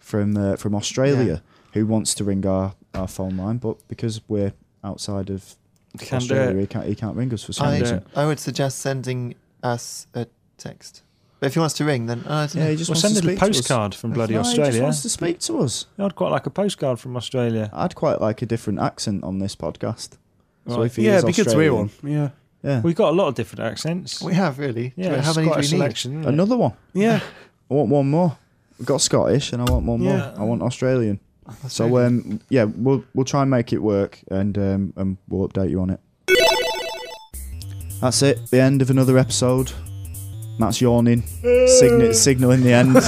from uh, from Australia, who wants to ring our, our phone line, but because we're outside of Can't do Australia, it. he can't, he can't ring us for some Can't I, do reason. it. I would suggest sending us a text. But if he wants to ring, then oh, I don't Yeah, know. he just Well, wants send to us a speak to us. postcard from bloody No, He just Australia. wants to speak to us. I'd quite like a postcard from Australia. I'd quite like a different accent on this podcast. So Right. if he Yeah, is it'd be good to hear Australian- one. Yeah. Yeah. We've got a lot of different accents. We have really. Do- yeah, how it's many do quite we a need? selection, isn't it? Another one. Yeah. I want one more. We've got Scottish and I want one Yeah. more. I want Australian. So Australian. um, yeah, we'll we'll try and make it work and um, and we'll update you on it. That's it. The end of another episode. Matt's yawning, Sign- signaling the end,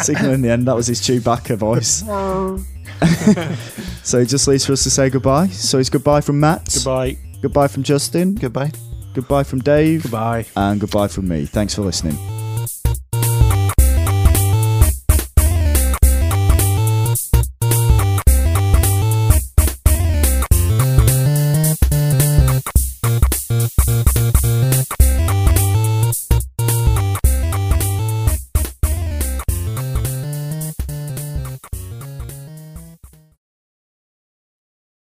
signaling the end. That was his Chewbacca voice. so it just leaves for us to say goodbye. So it's goodbye from Matt. Goodbye. Goodbye from Justin. Goodbye. goodbye from Dave. Goodbye. And goodbye from me. Thanks for listening.